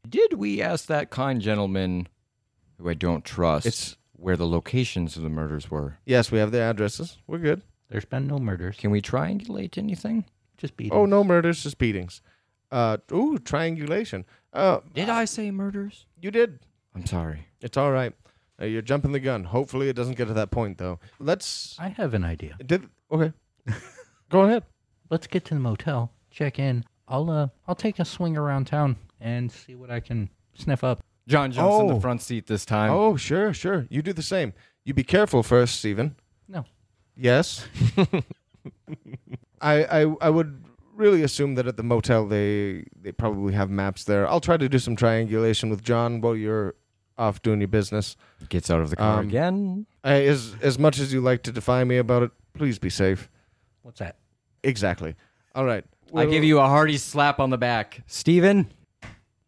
S4: Did we ask that kind gentleman, who I don't trust,
S1: It's-
S4: where the locations of the murders were?
S1: yes, we have their addresses. We're good.
S3: There's been no murders.
S4: Can we triangulate anything?
S3: Just beat.
S1: Oh, no murders, just beatings. Uh, ooh, triangulation. Uh,
S4: Did I say murders?
S1: you did.
S4: I'm sorry.
S1: It's all right. Uh, you're jumping the gun. Hopefully, it doesn't get to that point, though. Let's.
S3: I have an idea.
S1: Did okay. Go ahead.
S3: Let's get to the motel, check in. I'll uh, I'll take a swing around town and see what I can sniff up.
S4: John jumps in
S1: Oh.
S4: the front seat this time.
S1: Oh, sure, sure. You do the same. You be careful first, Stephen.
S3: No,
S1: Yes. I, I I would really assume that at the motel they they probably have maps there. I'll try to do some triangulation with John while you're off doing your business.
S4: Gets out of the car
S1: Um,
S4: again.
S1: I, as as much as you like to defy me about it, please be safe.
S3: what's that?
S1: Exactly. All right.
S4: I give you a hearty slap on the back. Steven,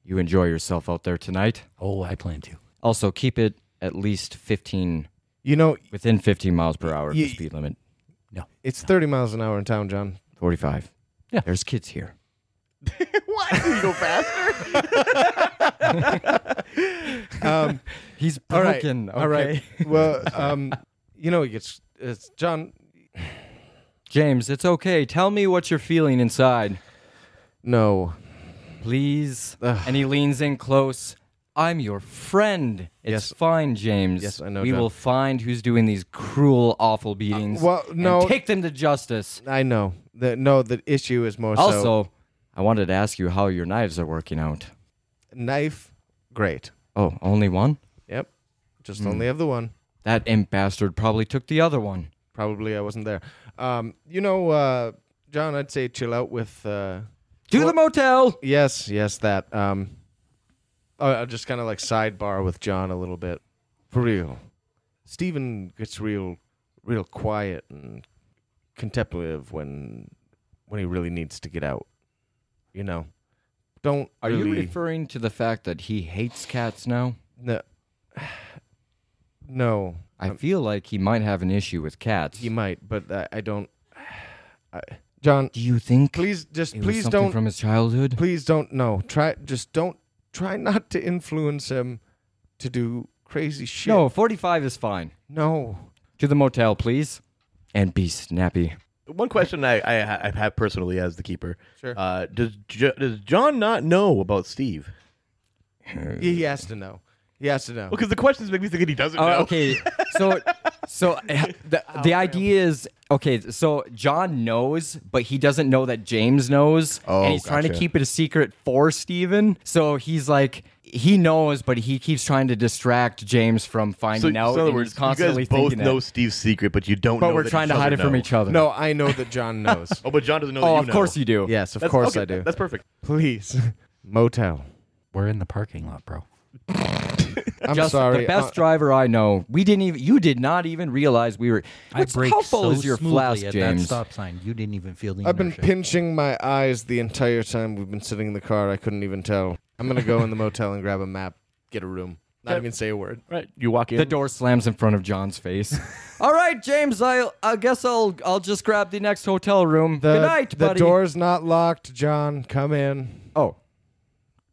S4: you enjoy yourself out there tonight.
S3: Oh, I plan to.
S4: Also, keep it at least 15,
S1: You know,
S4: within 15 miles per hour of the
S1: Ye-
S4: speed limit.
S1: it's 30 miles an hour in town, John.
S4: 45.
S3: Yeah.
S4: There's kids here.
S1: Um,
S4: He's
S1: all right.
S4: broken.
S1: All right. Well, um, you know, it gets it's John.
S4: James, it's okay. Tell me what you're feeling inside.
S1: No.
S4: Please.
S1: Ugh.
S4: And he leans in close. I'm your friend. It's
S1: Yes.
S4: fine, James.
S1: Yes, I know,
S4: We
S1: John. Uh,
S4: will find who's doing these cruel, awful beatings.
S1: well, no.
S4: And take them to justice.
S1: I know. The, no, the issue is more so
S4: Also, I wanted to ask you how your knives are working out.
S1: knife. Great.
S4: Oh, only one?
S1: Yep. Just
S4: Hmm.
S1: only have the one.
S4: That imp bastard probably took the other one.
S1: Probably I wasn't there. Um, you know, uh, John, I'd say chill out with. Uh,
S4: To the motel.
S1: yes, yes, that. Um, I- I'll just kind of like sidebar with John a little bit. For real. Steven gets real, real quiet and contemplative when when he really needs to get out. You know, don't.
S4: Are
S1: really...
S4: you referring to the fact that he hates cats now?
S1: No. No.
S4: I feel like he might have an issue with cats.
S1: He might, but I, I don't. I, John,
S4: Do you think
S1: please just
S4: it was
S1: please
S4: something
S1: don't
S4: from his childhood?
S1: please don't no. Try just don't try not to influence him to do crazy shit.
S4: No, 45 is fine.
S1: No.
S4: To the motel, please. And be snappy.
S2: One question I, I, I have personally as the keeper.
S1: Sure.
S2: Uh, does jo- does John not know about Steve?
S1: He, he has to know. He has to know.
S2: Because the questions make me think that he doesn't
S4: Oh,
S2: know.
S4: okay. So, so uh, the, the idea is okay. So John knows, but he doesn't know that James knows,
S2: Oh,
S4: and he's trying to
S2: gotcha.
S4: keep it a secret for Steven. So he's like, he knows, but he keeps trying to distract James from
S2: So,
S4: finding
S2: so
S4: out.
S2: in other
S4: and
S2: words,
S4: he's
S2: you
S4: constantly
S2: guys both
S4: thinking it.
S2: know Steve's secret, but you don't.
S4: but
S2: know
S4: we're
S2: that
S4: trying
S2: each
S4: to hide
S2: other
S4: it from
S2: know.
S4: each other.
S1: No, I know that John knows.
S2: Oh, but John doesn't know. that
S4: Oh,
S2: you
S4: of
S2: know.
S4: course you do.
S1: yes, of
S2: That's-
S1: course
S2: okay,
S1: I do.
S2: That's perfect.
S1: Please. Motel.
S3: We're in the parking lot, bro.
S1: I'm
S4: Just
S1: sorry.
S4: the best
S1: Uh,
S4: driver I know. We didn't even. You did not even realize we were.
S3: I
S4: What's-
S3: break
S4: how full
S3: so
S4: is your
S3: smoothly
S4: flask,
S3: at that
S4: James?
S3: stop sign. You didn't even feel the
S1: I've been
S3: inertia.
S1: pinching my eyes the entire time we've been sitting in the car. I couldn't even tell. I'm gonna go in the motel and grab a map, get a room, not even say a word.
S2: Right. You walk in.
S4: The door slams in front of John's face. All right, James. I I guess I'll I'll just grab the next hotel room.
S1: The,
S4: Good night,
S1: the
S4: buddy.
S1: door's not locked, John. Come in,
S4: Oh,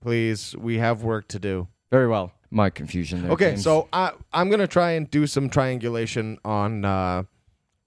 S1: please. We have work to do.
S4: very well. My confusion there.
S1: Okay,
S4: James.
S1: so I I'm gonna try and do some triangulation on, uh,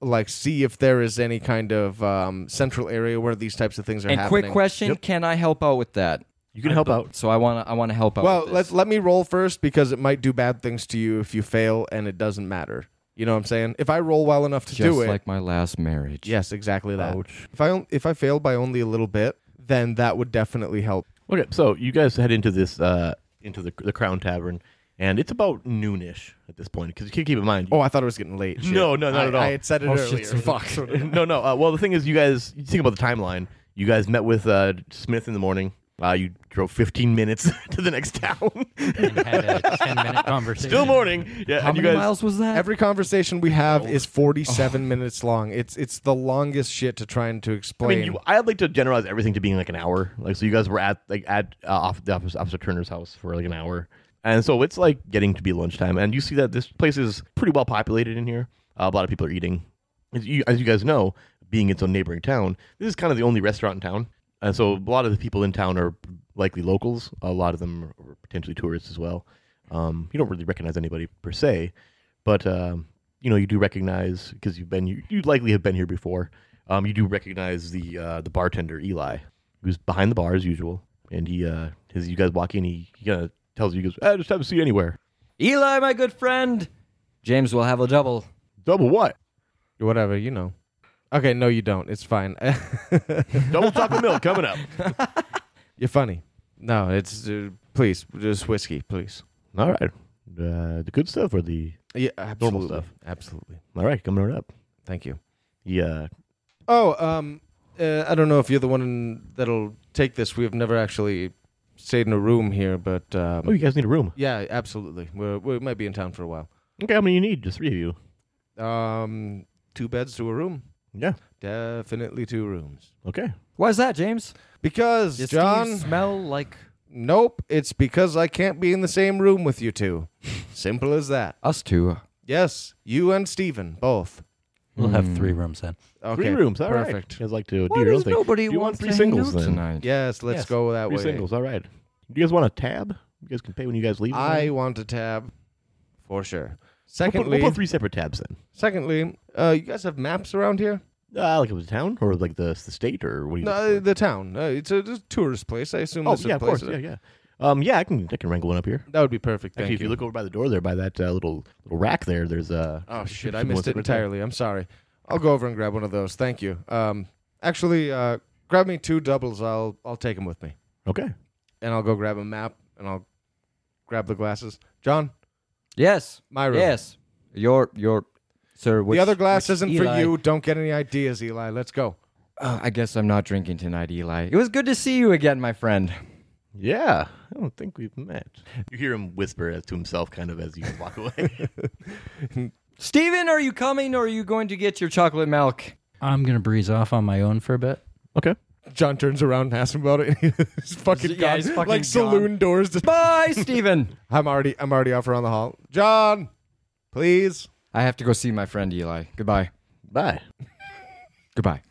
S1: like, see if there is any kind of um, central area where these types of things are
S4: and
S1: happening.
S4: quick question: Can I help out with that?
S2: You can help out.
S4: So I want to I want to help out.
S1: Well,
S4: with
S1: let
S4: this.
S1: let me roll first because it might do bad things to you if you fail, and it doesn't matter. You know what I'm saying? If I roll well enough to
S4: just
S1: do it,
S4: like my last marriage.
S1: Yes, exactly that. If I on- if I fail by only a little bit, then that would definitely help.
S2: Okay, so you guys head into this uh into the the Crown Tavern, and it's about noonish at this point because you can't keep in mind.
S1: Oh, I thought it was getting late. Shit.
S2: No, no, not
S1: I,
S2: at all. Oh,
S1: I had said it earlier.
S2: no, no. Uh, well, the thing is, you guys you think about the timeline. You guys met with uh, Smith in the morning. Uh, you drove 15 minutes to the next town.
S3: and had a 10 minute conversation.
S2: Still morning. Yeah,
S4: How
S2: and you
S4: many
S2: guys.
S4: miles was that?
S1: Every conversation we have is 47 minutes long. It's it's the longest shit to trying to
S2: Oh. I
S1: explain.
S2: mean, you, I'd like to generalize everything to being like an hour. Like, so you guys were at like at uh, off the office, officer Turner's house for like an hour, and so it's like getting to be lunchtime, and you see that this place is pretty well populated in here. Uh, a lot of people are eating. As you, as you guys know, being its own neighboring town, this is kind of the only restaurant in town, and so a lot of the people in town are likely locals. A lot of them are potentially tourists as well. Um, you don't really recognize anybody per se, but um, you know you do recognize because you've been you, you likely have been here before. Um, you do recognize the uh, the bartender Eli, who's behind the bar as usual, and he uh, as you guys walk in, he, he kind of tells you, he goes, "Ah, just have a seat anywhere."
S4: Eli, my good friend, James will have a double.
S2: Double what?
S1: Whatever, you know. Okay, no, you don't. It's fine.
S2: Double chocolate milk coming up.
S1: You're funny. No, it's uh, please just whiskey, please.
S2: All right. Uh, the good stuff or the
S1: Yeah,
S2: Normal
S1: absolutely.
S2: stuff.
S1: Absolutely.
S2: all right coming right up? uh,
S1: Thank you.
S2: Yeah.
S1: Oh, um, uh, I don't know if you're the one that'll take this. We've never actually stayed in a room here, but um,
S2: Oh, you guys need a room.
S1: yeah, absolutely. We're, we might be in town for a while.
S2: Okay, how many you need? Just three of you.
S1: Um, two beds to a room.
S2: Yeah.
S1: Definitely two rooms.
S2: Okay.
S4: Why's that, James?
S1: Because
S4: Does Steve
S1: John,
S4: smell like
S1: nope. It's because I can't be in the same room with you two. Simple as that.
S4: us two?
S1: Yes, you and Steven, both.
S4: Hmm.
S3: We'll have three rooms then.
S1: Okay,
S2: Three rooms. All right.
S1: perfect.
S2: You guys like to do your own thing.
S4: nobody
S2: do you want
S4: wants
S2: three
S4: to hang
S2: singles
S4: out
S2: then?
S4: tonight?
S1: Yes, let's
S3: Yes.
S1: go that
S2: Three
S1: way.
S2: singles. All right. Do you guys want a tab? You guys can pay when you guys leave.
S1: I want a tab for sure.
S2: We'll put,
S1: Secondly,
S2: we'll put three separate tabs then.
S1: secondly, uh, you guys have maps around here?
S2: Uh, like it was a town or like the the state or what do you?
S1: No, uh, the town. Uh, it's a, it's a tourist place. I assume.
S2: oh
S1: this is
S2: yeah,
S1: a
S2: of
S1: place
S2: course. Yeah, yeah. Um, yeah, I can I can wrangle one up here.
S1: That would be perfect. Thank
S2: Actually, if you
S1: you.
S2: look over by the door there, by that uh, little little rack there, there's uh,
S1: oh
S2: some-
S1: shit! I
S2: some ones
S1: missed it
S2: right there.
S1: entirely. I'm sorry. I'll go over and grab one of those. Thank you. Um, actually, uh, grab me two doubles. I'll I'll take them with me,
S2: Okay.
S1: and I'll go grab a map, and I'll grab the glasses. John,
S4: Yes.
S1: my room.
S4: Yes. Your your sir. Which,
S1: the other glass
S4: which
S1: isn't
S4: Eli-
S1: for you. Don't get any ideas, Eli. Let's go.
S4: Uh, I guess I'm not drinking tonight, Eli. It was good to see you again, my friend.
S2: Yeah, I don't think we've met. You hear him whisper as to himself, kind of as you walk away.
S4: Steven, are you coming or are you going to get your chocolate milk?
S3: I'm gonna breeze off on my own for a bit.
S2: okay.
S1: John turns around and asks him about it. he's fucking
S4: Yeah,
S1: gone.
S4: he's fucking
S1: like saloon doors. Just
S4: Bye, Steven.
S1: I'm already I'm already off around the hall. John, please.
S4: I have to go see my friend Eli. Goodbye.
S2: Bye.
S4: Goodbye.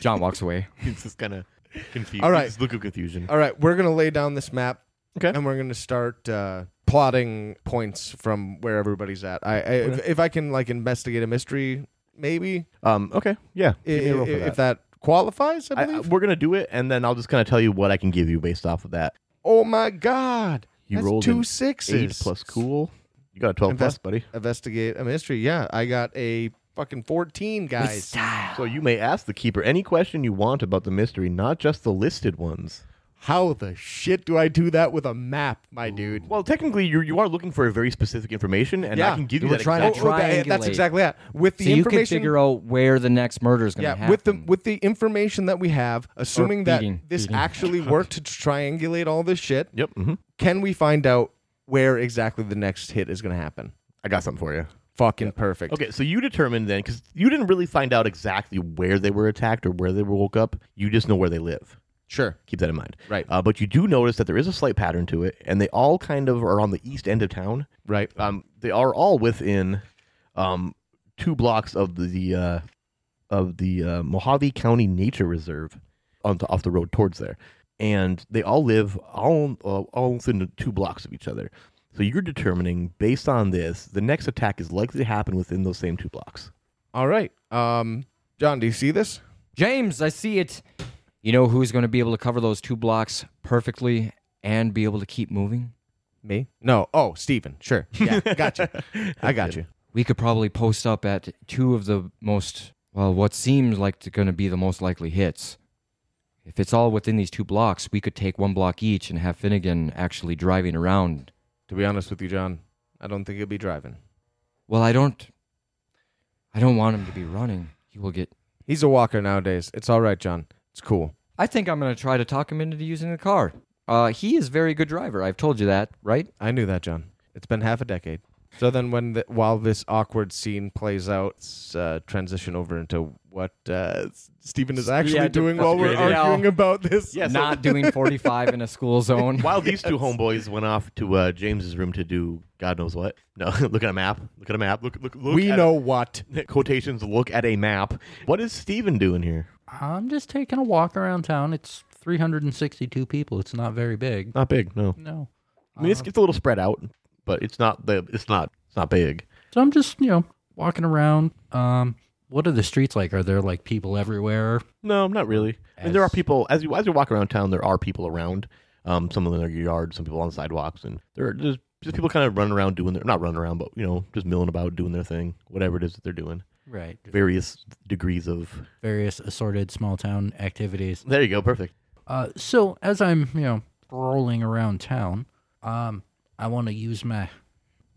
S4: John walks away.
S2: He's just kind of confused.
S1: All right.
S2: Just look of confusion.
S1: All right, we're gonna lay down this map.
S2: Okay.
S1: And we're gonna start uh, plotting points from where everybody's at. I, I if, if I can like investigate a mystery, maybe
S2: Um. Okay. Yeah.
S1: i-
S2: Give me a roll
S1: i-
S2: for
S1: if that qualifies. I
S2: I, I-
S1: believe.
S2: we're gonna do it, and then I'll just kind of tell you what I can give you based off of that.
S1: oh my god!
S2: You
S1: That's
S2: rolled
S1: two
S2: an
S1: sixes.
S2: Eight plus cool. You got a twelve plus,
S1: Invest-
S2: buddy.
S1: Investigate a mystery. Yeah, I got a fucking fourteen, guys.
S2: So you may ask the keeper any question you want about the mystery, not just the listed ones.
S1: How the shit do I do that with a map, my dude?
S2: Well, technically, you you are looking for very specific information, and I
S1: Yeah.
S2: can give you
S4: We're
S2: that.
S4: trying
S2: exact-
S4: to
S1: Oh, oh, that- that's
S4: triangulate.
S1: exactly that. With the
S4: so you can
S1: information,
S4: figure out where the next murder is going to
S1: yeah,
S4: happen.
S1: with the with the information that we have, assuming that
S4: beating-
S1: this
S4: beating.
S1: actually worked to triangulate all this shit,
S2: Yep. hmm
S1: can we find out where exactly the next hit is going to happen?
S2: I got something for you.
S1: Fucking perfect.
S2: Okay, so you determined then because you didn't really find out exactly where they were attacked or where they were woke up. You just know where they live.
S1: sure.
S2: Keep that in mind.
S1: Right.
S2: Uh, but you do notice that there is a slight pattern to it, and they all kind of are on the east end of town.
S1: Right.
S2: Um, they are all within um, two blocks of the uh, of the uh, Mojave County Nature Reserve on the, off the road towards there, and they all live all uh, all within the two blocks of each other. So you're determining based on this, the next attack is likely to happen within those same two blocks.
S1: All right. Um, John, do you see this?
S4: James, I see it. You know who's going to be able to cover those two blocks perfectly and be able to keep moving?
S1: Me? No. Oh, Steven. Sure. Yeah. got you. I got you.
S4: We could probably post up at two of the most, well, what seems like going to be the most likely hits. If it's all within these two blocks, we could take one block each and have Finnegan actually driving around.
S1: To be honest with you, John, I don't think he'll be driving.
S4: Well, I don't. I don't want him to be running. He will get.
S1: He's a walker nowadays. It's all right, John. It's cool.
S4: I think I'm going to try to talk him into using the car. Uh, he is very good driver. I've told you that, right?
S1: I knew that, John. It's been half a decade. So then, when the, while this awkward scene plays out, s- uh, transition over into what uh, S- Stephen is actually
S4: yeah,
S1: doing while we're
S4: yeah.
S1: arguing about this.
S4: Not doing 45 in a school zone.
S2: While these two homeboys went off to uh, James's room to do God knows what. No, look at a map. Look at a map. Look, look, look.
S1: we
S2: at
S1: know what.
S2: quotations. Look at a map. What is Steven doing here?
S3: I'm just taking a walk around town. It's 362 people. It's not very big.
S2: Not big. No.
S3: No.
S2: I
S1: Uh-huh.
S2: mean, it's, it's a little spread out, but it's not the it's not it's not big.
S3: So I'm just, you know, walking around. Um, what are the streets like? Are there like people everywhere?
S2: No, not really. I mean, there are
S3: As-
S2: people as you as you walk around town. There are people around. Um, some of them in their yards, some people on the sidewalks, and there are, there's just people kind of running around doing their not running around, but you know, just milling about doing their thing, whatever it is that they're doing.
S3: Right.
S2: Various degrees of.
S3: Various assorted small town activities.
S2: There you go, perfect.
S3: Uh, so as I'm, you know, rolling around town, um, I want to use my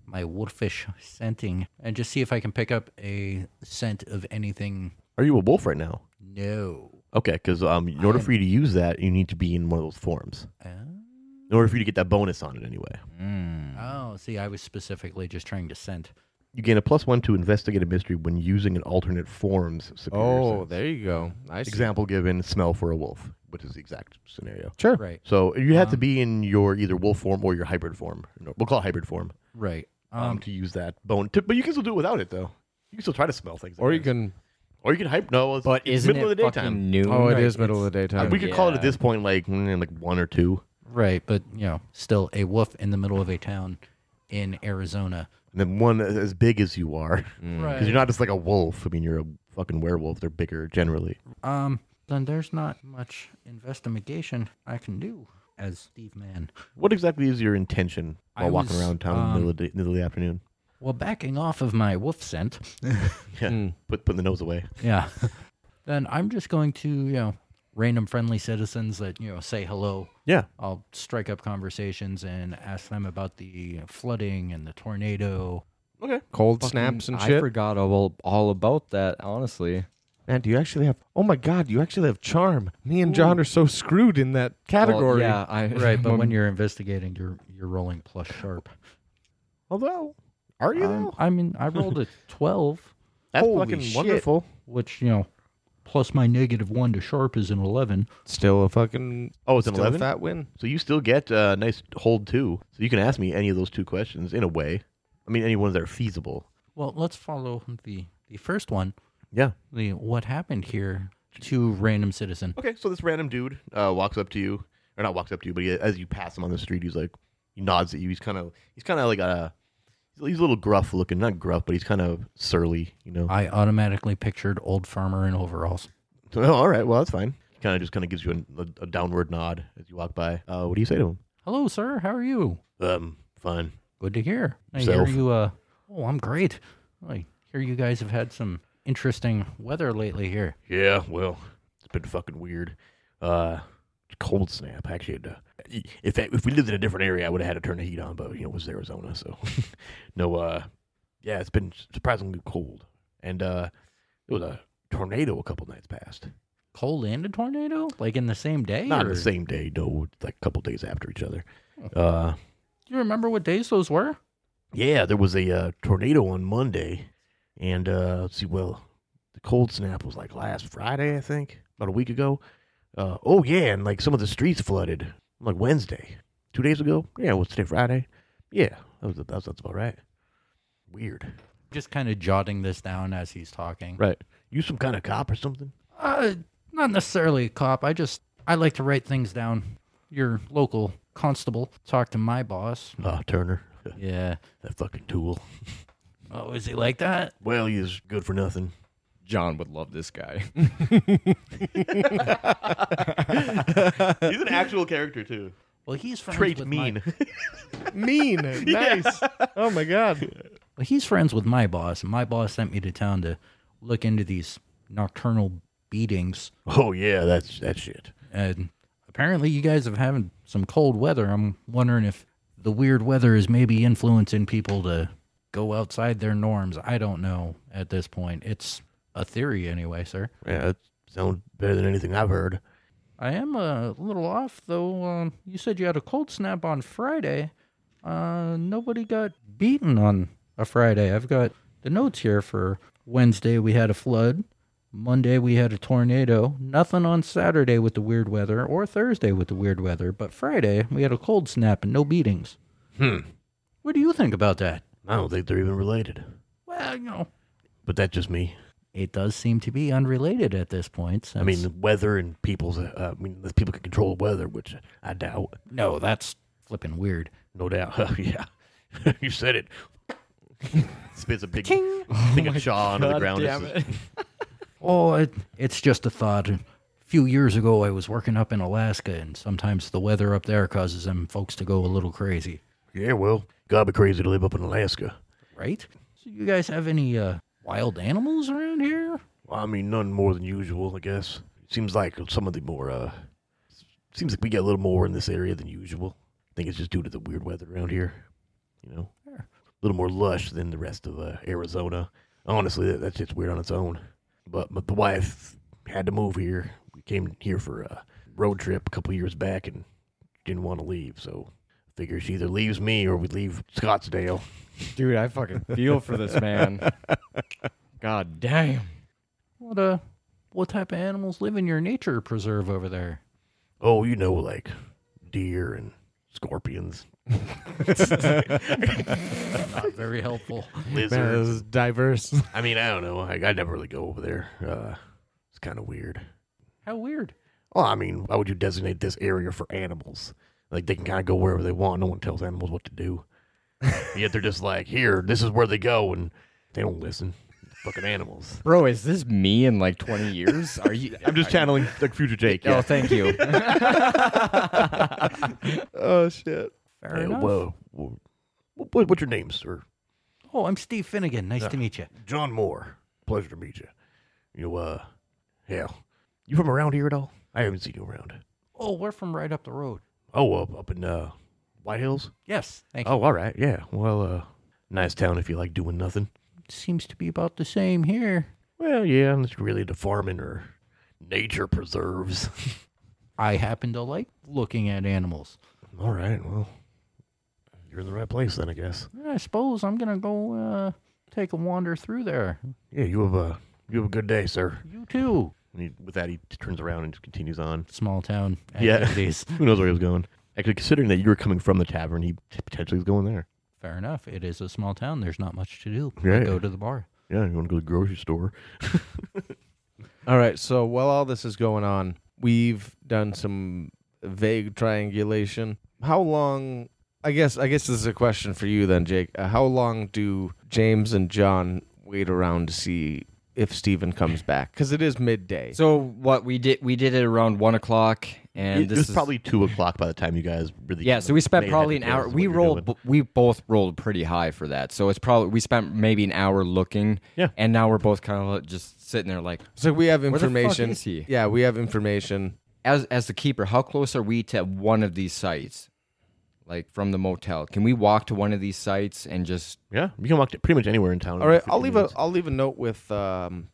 S3: my wolfish scenting and just see if I can pick up a scent of anything.
S2: Are you a wolf right now?
S3: No.
S2: Okay, because um, in order for you to use that, you need to be in one of those forms. In order for you to get that bonus on it, anyway,
S3: Oh, see, I was specifically just trying to scent.
S2: you gain a plus one to investigate a mystery when using an alternate forms. Superior
S1: Oh,
S2: sense.
S1: there you go. I see.
S2: example given: smell for a wolf, which is the exact scenario.
S1: Sure.
S3: Right.
S2: So you have to be in your either wolf form or your hybrid form. No, We'll call it hybrid form
S3: Right.
S2: um,
S3: Um,
S2: to use that bone. To, but you can still do it without it, though. You can still try to smell things. I
S1: Or you
S2: guess.
S1: can.
S2: or you can hype. No, it's,
S6: But
S2: it's
S6: isn't
S2: middle
S6: it
S2: of the daytime.
S6: fucking noon?
S1: Oh, it is
S6: right?
S1: middle of the
S2: Uh,
S1: daytime.
S2: we could call it at
S6: Yeah.
S2: this point like mm, like one or two,
S3: right, but you know, still a wolf in the middle of a town in Arizona.
S2: and then one as- as big as you are,
S3: Right.
S2: because you're not just like a wolf. I mean, you're a fucking werewolf. They're bigger generally.
S3: Um, then there's not much investigation I can do as Steve Man.
S2: What exactly is your intention
S3: I
S2: while walking
S3: was,
S2: around town in the middle of the, middle of the afternoon?
S3: Well, backing off of my wolf scent,
S2: Yeah, put putting the nose away.
S3: yeah, then I'm just going to, you know, random friendly citizens that, you know, say hello.
S2: Yeah,
S3: I'll strike up conversations and ask them about the flooding and the tornado.
S1: cold snaps and
S4: I
S1: shit.
S4: forgot all, all about that, honestly.
S1: Man, do you actually have? Oh my god, you actually have charm. Me and John are so screwed in that category.
S4: yeah, I,
S3: Right, but when you're investigating, you're you're rolling plus sharp.
S2: although are you
S3: Um,
S2: though?
S3: I mean, I rolled a 12,
S2: That's
S1: holy
S2: fucking
S1: shit.
S2: wonderful.
S3: which, you know, plus my negative 1 to sharp is an 11.
S1: Still a fucking.
S2: Oh, it's an
S1: still
S2: eleven.
S1: a fat win.
S2: So you still get a nice hold too. So you can ask me any of those two questions in a way. I mean, any ones that are feasible.
S3: Well, let's follow the the first one,
S2: Yeah.
S3: the what happened here to random citizen.
S2: Okay. So this random dude uh, walks up to you, or not walks up to you, but he, as you pass him on the street, he's like, he nods at you. He's kind of, he's kind of like a, he's a little gruff looking, not gruff, but he's kind of surly, you know.
S3: I automatically pictured old farmer in overalls.
S2: So, oh, all right. Well, that's fine. He kind of just kind of gives you an- a, a, downward nod as you walk by. Uh, what do you say to him?
S3: Hello, sir. How are you?
S2: Um, fine.
S3: Good to hear. I
S2: Yourself?
S3: hear you. Uh, oh, I'm great. I hear you guys have had some interesting weather lately here.
S2: Yeah, well, it's been fucking weird. Uh, it's cold snap. I Actually, had to, if if we lived in a different area, I would have had to turn the heat on. But you know, it was Arizona, so no. Uh, yeah, it's been surprisingly cold, and uh, there was a tornado a couple nights past.
S3: Cold and a tornado, like in the same day.
S2: Not on
S3: or-
S2: the same day, no, like a couple days after each other. Uh,
S3: Do you remember what days those were?
S2: yeah, there was a uh, tornado on Monday, and uh, let's see, well, the cold snap was like last Friday, I think, about a week ago. Uh, oh yeah, and like some of the streets flooded like Wednesday, two days ago. Yeah, what's today, Friday? Yeah, that was that was- that's about right. Weird,
S3: Just kind of jotting this down as he's talking.
S2: right? You some kind of cop or something?
S3: Uh, not necessarily a cop. I just I like to write things down. Your local constable talked to my boss.
S2: Ah, Turner,
S3: Yeah.
S2: that fucking tool.
S3: Oh, is he like that?
S2: Well, he is good for nothing.
S4: John would love this guy.
S2: He's an actual character too.
S3: Well, he's friends
S2: Trait
S3: with
S2: mean.
S3: My,
S1: Mean. nice. Oh my god.
S3: well, he's friends with my boss, and my boss sent me to town to look into these nocturnal beatings.
S2: oh yeah, that's that shit.
S3: And apparently, you guys have having some cold weather. I'm wondering if the weird weather is maybe influencing people to go outside their norms. I don't know at this point. It's a theory, anyway, sir.
S2: Yeah, that sounds better than anything I've heard.
S3: I am a little off though. Um, you said you had a cold snap on Friday. Uh, nobody got beaten on a Friday. I've got the notes here for Wednesday. We had a flood. Monday we had a tornado. Nothing on Saturday with the weird weather, or Thursday with the weird weather. But Friday we had a cold snap and no beatings.
S2: Hmm.
S3: What do you think about that?
S2: I don't think they're even related.
S3: Well, you know,
S2: But that's just me.
S3: it does seem to be unrelated at this point.
S2: I mean, the weather and people's. Uh, I mean, the people can control the weather, which I doubt.
S3: no, that's flipping weird.
S2: No doubt. Oh, yeah, you said it. Spits a big thing of chaw onto the ground. It's just-
S3: Oh, it, it's just a thought. A few years ago, I was working up in Alaska, and sometimes the weather up there causes them folks to go a little crazy.
S2: Yeah, well, Gotta be crazy to live up in Alaska.
S3: right? So you guys have any uh, wild animals around here?
S2: Well, I mean, none more than usual, I guess. Seems like some of the more, uh, seems like we get a little more in this area than usual. I think it's just due to the weird weather around here, you know? A little more lush than the rest of uh, Arizona. Honestly, that, that shit's weird on its own. But, but the wife had to move here. We came here for a road trip a couple years back and didn't want to leave, so figure she either leaves me or we leave Scottsdale.
S4: Dude, I fucking feel for this man. God damn.
S3: What uh, what type of animals live in your nature preserve over there?
S2: Oh, you know, like deer and scorpions,
S3: Not very helpful.
S2: lizards.
S4: is diverse.
S2: I mean, I don't know. I, I never really go over there. Uh, it's kind of weird.
S3: How weird.
S2: Well, I mean, why would you designate this area for animals? Like they can kind of go wherever they want. No one tells animals what to do. Yet they're just like, here, this is where they go, and they don't listen. Fucking animals.
S4: Bro, is this me in like 20 years? Are you
S2: I'm just channeling like future Jake.
S4: Oh, thank you.
S5: Oh shit.
S3: Fair enough.
S2: whoa, whoa. What, what's your name, sir?
S3: Oh, I'm Steve Finnegan. Nice to meet you.
S2: John Moore. Pleasure to meet you. You uh, hell, you from around here at all? I haven't seen you around.
S3: Oh, we're from right up the road.
S2: Oh, up up in uh, White Hills.
S3: Yes, thank you.
S2: Oh, all right. Yeah. Well, uh, nice town if you like doing nothing.
S3: Seems to be about the same here.
S2: Well, yeah, unless you're really into farming or nature preserves.
S3: I happen to like looking at animals.
S2: all right. Well, you're in the right place then, I guess.
S3: I suppose I'm gonna go uh, take a wander through there.
S2: Yeah. You have a you have a good day, sir.
S3: You too.
S2: And he, with that, he t- turns around and just continues on.
S3: Small town
S2: Yeah.
S3: activities.
S2: Who knows where he was going? Actually, considering that you were coming from the tavern, he t- potentially was going there.
S3: Fair enough. It is a small town. There's not much to do.
S2: Right.
S3: Go to the bar.
S2: Yeah, you want to go to the grocery store?
S1: All right. So while all this is going on, we've done some vague triangulation. How long? I guess. I guess this is a question for you then, Jake. Uh, how long do James and John wait around to see if Steven comes back? Because it is midday.
S4: so what we did we did it around one o'clock and
S2: it,
S4: this
S2: it was
S4: is
S2: probably two o'clock by the time you guys really.
S4: Yeah,
S2: kind
S4: so
S2: of
S4: we spent
S2: made
S4: probably
S2: head
S4: an
S2: to
S4: hour.
S2: tails of
S4: We
S2: what you're
S4: rolled,
S2: doing.
S4: b- we both rolled pretty high for that. So it's probably we spent maybe an hour looking.
S2: Yeah.
S4: and now we're both kind of just sitting there like,
S1: So we have
S4: the fuck
S1: information.
S4: is he?
S1: Yeah, we have information.
S4: as as the keeper, how close are we to one of these sites? Like from the motel, can we walk to one of these sites and just?
S2: Yeah, you can walk to pretty much anywhere in town. in
S1: All right,
S2: about
S1: I'll
S2: 15
S1: leave a
S2: minutes.
S1: I'll leave a note with um,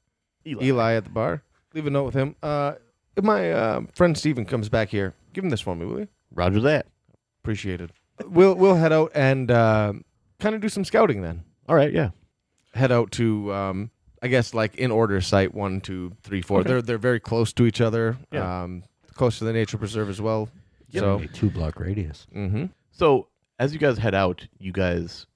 S2: Eli.
S1: Eli at the bar. Leave a note with him. Uh, if my uh, friend Steven comes back here, give him this for me, will you?
S2: Roger that.
S1: Appreciated. We'll we'll head out and uh, kind of do some scouting then.
S2: All right, yeah.
S1: Head out to um, I guess like in order site one, two, three, four. They're they're very close to each other.
S2: Yeah.
S1: Um, close to the nature preserve as well. So
S3: two block radius.
S1: mm-hmm.
S2: So as you guys head out, you guys,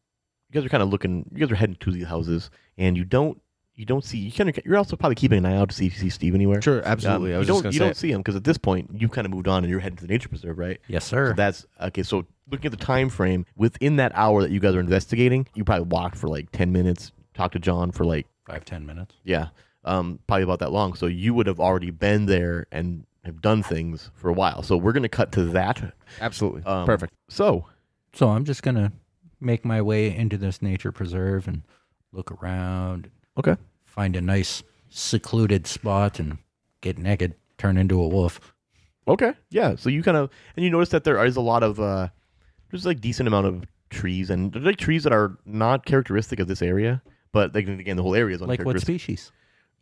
S2: you guys are kind of looking. You guys are heading to these houses, and you don't, you don't see. You kind of, you're also probably keeping an eye out to see if you see Steve anywhere.
S1: sure, absolutely.
S2: Um,
S1: I was
S2: you
S1: just
S2: don't,
S1: gonna
S2: you
S1: say
S2: don't see him because at this point you've kind of moved on and you're heading to the nature preserve, right?
S3: Yes,
S2: So
S3: sir.
S2: that's okay. So looking at the time frame, within that hour that you guys are investigating, you probably walked for like ten minutes, talked to John for like
S3: Five ten minutes.
S2: yeah, um, probably about that long. So you would have already been there and have done things for a while. So we're gonna cut to that.
S1: it. absolutely
S2: Um,
S1: perfect.
S2: So
S3: So I'm just gonna make my way into this nature preserve and look around,
S2: okay.
S3: find a nice secluded spot, and get naked, turn into a wolf.
S2: Okay. Yeah. So you kind of and you notice that there is a lot of uh there's like decent amount of trees and there's like trees that are not characteristic of this area, but like again the whole area is
S3: Like what
S2: uncharacteristic.
S3: species?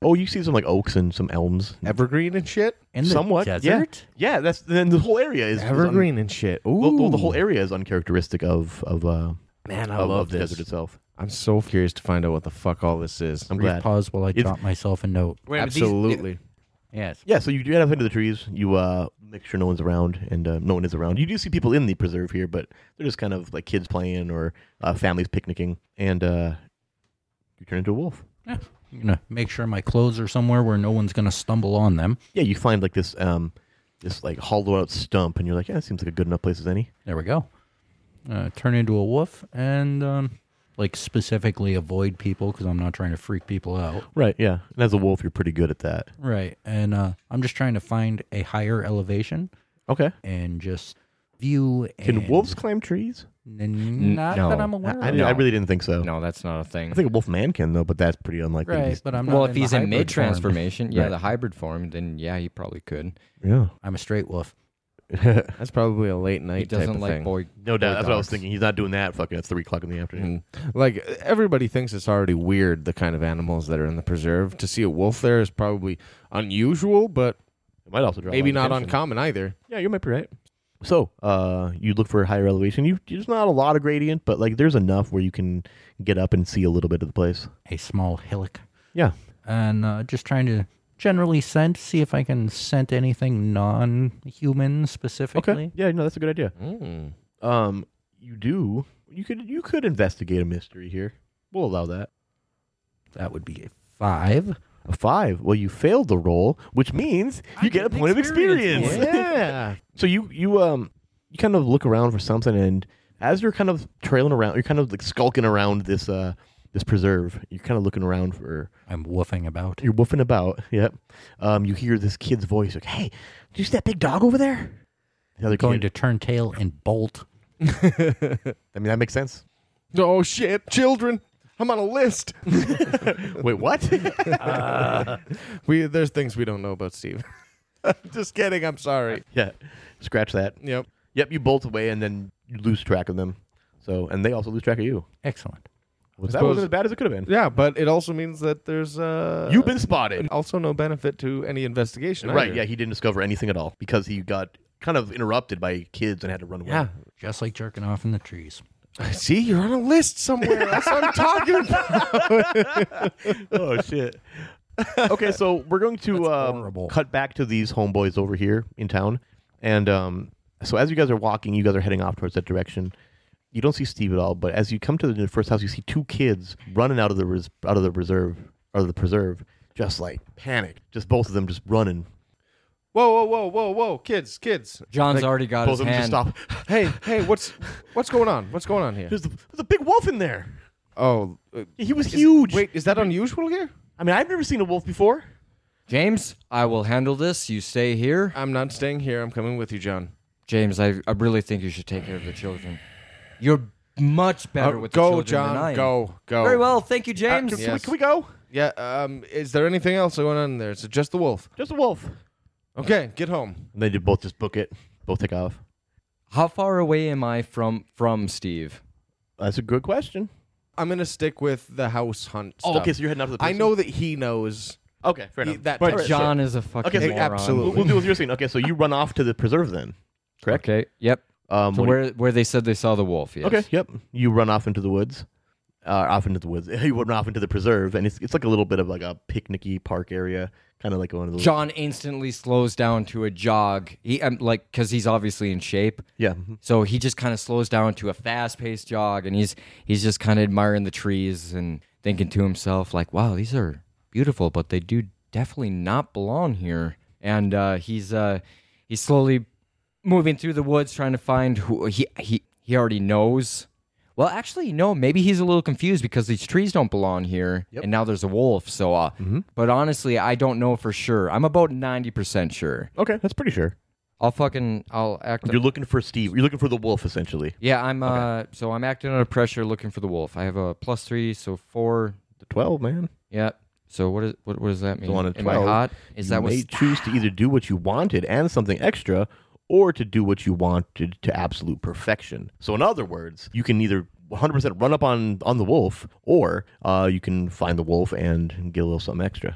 S2: oh, you see some like oaks and some elms.
S1: Evergreen and shit.
S3: In the
S2: Somewhat.
S3: desert?
S2: Yeah. Yeah, that's then the whole area is is un-
S1: Evergreen and shit. Ooh,
S2: the- the, the whole area is uncharacteristic of of uh
S1: man, I
S2: of,
S1: love
S2: of the
S1: this.
S2: desert itself.
S1: I'm so curious to find out what the fuck all this is.
S2: I'm
S3: Brief
S2: glad.
S3: pause while I
S2: It's-
S3: jot myself a note.
S1: Absolutely.
S3: Yes.
S2: Yeah, so you do head up into the trees. You uh, make sure no one's around, and uh, no one is around. You do see people in the preserve here, but they're just kind of like kids playing or uh, families picnicking, and uh, you turn into a wolf.
S3: Yeah. I'm gonna make sure my clothes are somewhere where no one's gonna stumble on them.
S2: Yeah, you find like this um, this like hollowed out stump, and you're like, yeah, it seems like a good enough place as any.
S3: There we go. Uh, turn into a wolf and um, like specifically avoid people because I'm not trying to freak people out.
S2: Right. Yeah, and as a wolf, you're pretty good at that.
S3: Right. And uh, I'm just trying to find a higher elevation
S2: Okay.
S3: and just view.
S2: Can
S3: and-
S2: wolves climb trees?
S3: N- not
S4: no.
S3: that I'm aware
S2: I,
S3: of.
S2: I really didn't think so.
S4: No, that's not a thing.
S2: I think a wolf man can though, but that's pretty unlikely.
S3: Right,
S2: He's-
S3: but I'm not.
S4: well, if he's
S3: the
S4: in
S3: hybrid
S4: mid
S3: form.
S4: transformation, yeah,
S2: Right.
S4: the hybrid form, then yeah, he probably could.
S2: yeah,
S3: I'm a straight wolf.
S1: That's probably a late night
S4: He
S1: type
S4: doesn't
S1: of
S4: like
S1: thing.
S4: boy.
S2: no doubt. That's what I was
S4: dogs.
S2: thinking. He's not doing that fucking at three o'clock in the afternoon.
S1: And, Hmm. like everybody thinks it's already weird the kind of animals that are in the preserve. To see a wolf there is probably unusual, but
S2: It might also draw a
S1: maybe
S2: lot of
S1: not
S2: attention.
S1: uncommon either.
S2: Yeah, you might be right. So, uh, you look for a higher elevation. You there's not a lot of gradient, but like there's enough where you can get up and see a little bit of the place.
S3: A small hillock.
S2: Yeah,
S3: and uh, just trying to generally scent, see if I can scent anything non-human specifically.
S2: Okay. Yeah, no, that's a good idea.
S1: Hmm.
S2: Um, you do. You could you could investigate a mystery here. We'll allow that.
S3: That would be a five.
S2: A five. Well, you failed the roll, which means you get a point of experience.
S1: Yeah.
S2: so you you um you kind of look around for something, and as you're kind of trailing around, you're kind of like skulking around this uh this preserve. You're kind of looking around for
S3: I'm woofing about.
S2: you're woofing about. Yep. Um, you hear this kid's voice like, "Hey, do you see that big dog over there?" The other
S3: Going
S2: kid.
S3: to turn tail and bolt.
S2: I mean, that makes sense.
S1: oh shit, children. I'm on a list.
S2: Wait, what?
S1: We there's things we don't know about Steve. Just kidding, I'm sorry.
S2: yeah. Scratch that.
S1: Yep.
S2: Yep, you bolt away and then you lose track of them. So, and they also lose track of you.
S3: Excellent.
S2: that
S1: suppose-
S2: wasn't as bad as it could have been.
S1: Yeah, but it also means that there's uh
S2: You've been spotted.
S1: also no benefit to any investigation.
S2: Right?
S1: either.
S2: Yeah, he didn't discover anything at all because he got kind of interrupted by kids and had to run away.
S1: Yeah.
S3: Just like jerking off in the trees.
S1: See, you're on a list somewhere. That's what I'm talking about.
S2: oh shit. okay, so we're going to um,
S3: horrible.
S2: cut back to these homeboys over here in town, and um, so as you guys are walking, you guys are heading off towards that direction. You don't see Steve at all, but as you come to the first house, you see two kids running out of the res- out of the reserve out of the preserve, just like panic. Just both of them just running.
S1: Whoa, whoa, whoa, whoa, whoa, kids, kids.
S4: John's already got
S2: Both
S4: his
S2: of them just
S4: hand.
S2: stop.
S1: Hey, hey, what's what's going on? What's going on here?
S2: There's, a, there's a big wolf in there.
S1: Oh, uh,
S2: He was huge.
S1: wait, is that unusual here?
S2: I mean, I've never seen a wolf before.
S4: James, I will handle this. You stay here.
S1: I'm not staying here. I'm coming with you, John.
S4: James, I, I really think you should take care of the children. You're much better
S1: Uh,
S4: with the
S1: go,
S4: children
S1: John.
S4: than I am.
S1: Go, go.
S4: Very well, thank you, James.
S1: can- can Yes.
S2: Can we go?
S1: Yeah. Um. Is there anything else going on in there? Is it just the wolf?
S2: Just a wolf.
S1: Okay, get home.
S2: And they did both just book it. Both take off.
S4: How far away am I from from Steve?
S2: That's a good question.
S1: I'm gonna stick with the house hunt.
S2: Oh,
S1: stuff.
S2: okay, so you're heading out to the.
S1: I
S2: Person.
S1: know that he knows
S2: Okay, fair
S1: he,
S2: enough.
S1: that.
S2: But
S1: type of
S4: John is a fucking
S2: Okay, so-
S4: moron.
S1: absolutely.
S2: we'll, we'll do what you're saying. Okay, so you run off to the preserve then. Correct.
S4: Okay. Yep.
S2: Um,
S4: So
S2: what-
S4: where where they said they saw the wolf. Yes.
S2: Okay. Yep. You run off into the woods. Uh, off into the woods. You run off into the preserve, and it's it's like a little bit of like a picnicky park area, kind of like one of those.
S4: John instantly slows down to a jog. He um, like because he's obviously in shape.
S2: Yeah. mhm.
S4: So he just kind of slows down to a fast-paced jog, and he's he's just kind of admiring the trees and thinking to himself like, "Wow, these are beautiful, but they do definitely not belong here." And uh, he's uh, he's slowly moving through the woods trying to find who he he he already knows. Well, actually, no. Maybe he's a little confused because these trees don't belong here, and now there's a wolf. So, uh, but honestly, I don't know for sure. I'm about ninety percent sure.
S2: Okay, that's pretty sure.
S4: I'll fucking I'll act.
S2: You're looking for Steve. You're looking for the wolf, essentially.
S4: Yeah, I'm uh so I'm acting under pressure looking for the wolf. I have a plus three, so four.
S2: Twelve, man.
S4: Yeah. So what is what, what does that mean?
S2: So on a
S4: Am
S2: 12,
S4: I hot? Is
S2: you
S4: that
S2: may
S4: what
S2: choose to either do what you wanted and something extra, or to do what you wanted to absolute perfection. So, in other words, you can either 100% run up on on the wolf, or uh, you can find the wolf and get a little something extra,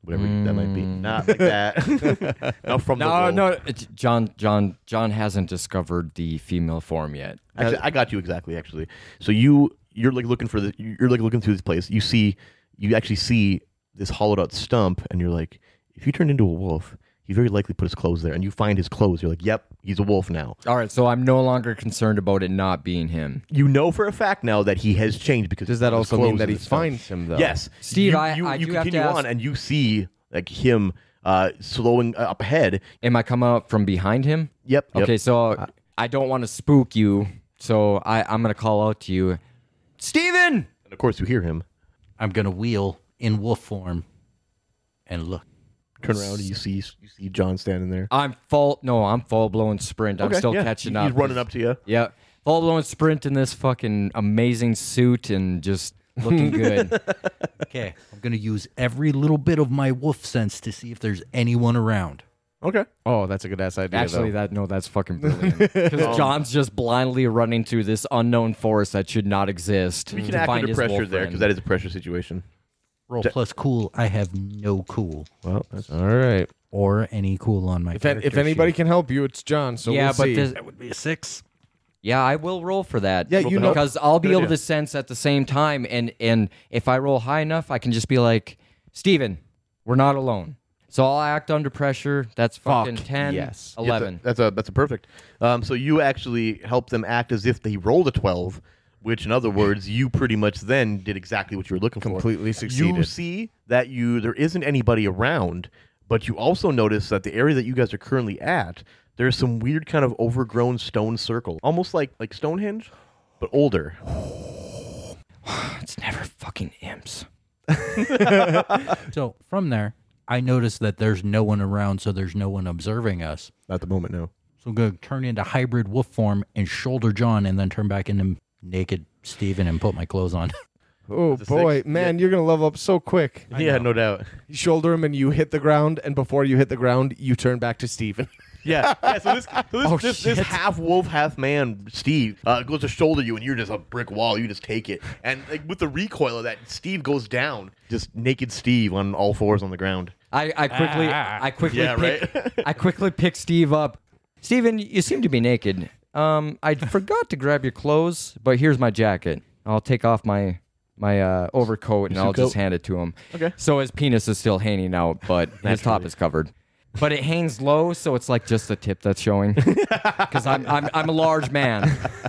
S2: whatever that might be. Not like that. Not from the
S4: Mm. No,
S2: wolf.
S4: no, it's- John John John hasn't discovered the female form yet.
S2: Actually,
S1: Uh,
S2: I got you exactly. Actually, so you you're like looking for the you're like looking through this place. You see you actually see this hollowed out stump, and you're like, if he turned into a wolf, he very likely put his clothes there. And you find his clothes. You're like, yep, he's a wolf now.
S4: All right, so I'm no longer concerned about it not being him.
S2: You know for a fact now that he has changed because
S1: Does that
S2: his
S1: also
S2: clothes
S1: mean that
S2: and
S1: he
S2: his stuff.
S1: finds him though?
S2: Yes,
S4: Steve,
S2: You,
S4: I-
S2: you,
S4: I
S2: you
S4: do have to
S2: continue
S4: ask-
S2: on, and you see like him uh slowing up ahead.
S4: Am I coming up from behind him?
S2: Yep. yep.
S4: Okay, so I don't want to spook you, so I I'm gonna call out to you, Steven!
S2: And of course you hear him
S3: I'm gonna wheel in wolf form and look.
S2: turn around, and you see you see John standing there.
S4: I'm full. No, I'm full blown sprint. I'm
S2: Okay,
S4: still
S2: yeah.
S4: catching
S2: He-
S4: up.
S2: He's running up to you.
S4: Yeah. full blown sprint in this fucking amazing suit and just looking good.
S3: Okay, I'm gonna use every little bit of my wolf sense to see if there's anyone around.
S2: Okay.
S1: Oh, that's a good ass idea.
S4: Actually, that no, that's fucking brilliant. Because
S1: Um,
S4: John's just blindly running through this unknown forest that should not exist.
S2: We can
S4: to
S2: act
S4: find
S2: under
S4: his
S2: pressure
S4: wolf
S2: there
S4: friend.
S2: because that is a pressure situation.
S3: Roll plus cool. I have no cool
S2: Well, that's
S1: though. all right.
S3: or any cool on my.
S1: If, an- if anybody can help you, it's John. So
S4: yeah,
S1: we'll
S4: but
S1: see.
S4: this,
S3: that would be a six.
S4: yeah, I will roll for that.
S1: Yeah, you know-
S4: because I'll be
S1: Good
S4: able
S1: idea.
S4: to sense at the same time, and and if I roll high enough, I can just be like, Steven, we're not alone. So I'll act under pressure. That's fucking 10,
S1: yes.
S2: Yeah, tha-
S4: 11.
S2: that's a that's a perfect. Um, so you actually help them act as if they rolled a twelve, which in other words, you pretty much then did exactly what you were looking
S1: Completely
S2: for. You
S1: succeeded.
S2: see that you there isn't anybody around, but you also notice that the area that you guys are currently at, there's some weird kind of overgrown stone circle, almost like like Stonehenge, but older.
S4: It's never fucking imps.
S3: So from there, I noticed that there's no one around, so there's no one observing us.
S2: Not at the moment, no.
S3: So I'm gonna turn into hybrid wolf form and shoulder John, and then turn back into naked Steven and put my clothes on.
S1: oh
S2: a
S1: boy,
S2: six.
S1: man, you're gonna level up so quick.
S2: yeah, no doubt.
S1: You shoulder him and you hit the ground, and before you hit the ground, you turn back to Steven.
S2: Yeah. yeah so this, so
S3: Oh,
S2: this, this, this half wolf, half man Steve uh, goes to shoulder you, and you're just a brick wall. You just take it, and like, with the recoil of that, Steve goes down, just naked Steve on all fours on the ground.
S4: I, I quickly I quickly
S2: Yeah,
S4: pick, I quickly pick Steve up. Steven, you seem to be naked. Um, I forgot to grab your clothes, but here's my jacket. I'll take off my my uh, overcoat and I'll just hand it to him. Okay. So his penis is still hanging out, but his top is covered. But it hangs low, so it's like just the tip that's showing. Because I'm, I'm I'm a large man.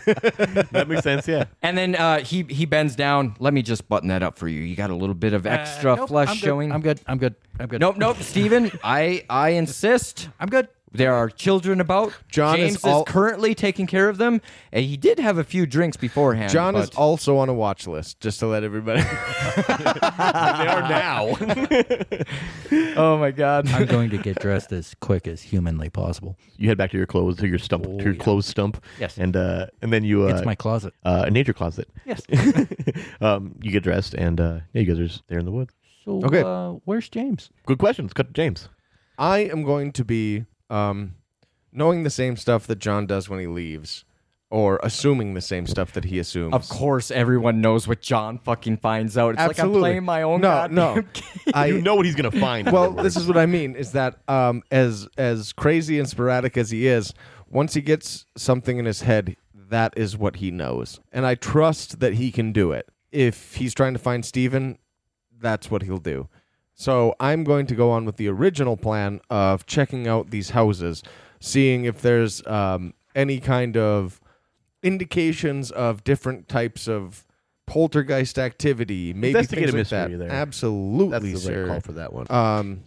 S2: That makes sense. Yeah.
S4: And then uh, he he bends down. Let me just button that up for you. You got a little bit of extra flesh
S3: Uh, I'm good.
S4: showing.
S3: I'm good. I'm good. I'm good.
S4: Nope, nope, Steven. I I insist.
S3: I'm good.
S4: There are children about.
S1: John is
S4: James
S1: all-
S4: currently taking care of them, and he did have a few drinks beforehand.
S1: John is
S4: but-
S1: also on a watch list, just to let everybody.
S2: They are now.
S4: Oh my god.
S3: I'm going to get dressed as quick as humanly possible.
S2: you head back to your clothes, to your stump, to your clothes stump.
S3: Oh, Yes.
S2: And uh, and then you uh,
S3: It's my closet.
S2: uh, a nature closet.
S3: Yes.
S2: um, you get dressed, and uh, yeah, you guys are just there in the woods.
S3: So,
S1: Okay.
S3: uh, where's James?
S2: Good questions. Cut to James.
S1: I am going to be um, knowing the same stuff that John does when he leaves, or assuming the same stuff that he assumes.
S4: Of course, everyone knows what John fucking finds out. It's
S1: Absolutely.
S4: like I'm playing my own.
S1: No,
S4: goddamn
S1: no. I,
S2: you know what he's gonna find. in
S1: well
S2: other
S1: this
S2: words.
S1: is what i mean is that um, as as crazy and sporadic as he is once he gets something in his head that is what he knows and i trust that he can do it if he's trying to find steven that's what he'll do so i'm going to go on with the original plan of checking out these houses seeing if there's um, any kind of indications of different types of poltergeist activity maybe things
S2: Investigative
S1: like
S2: mystery
S1: that.
S2: there.
S1: absolutely
S2: that's the right
S1: sir.
S2: call for that one.
S1: Um,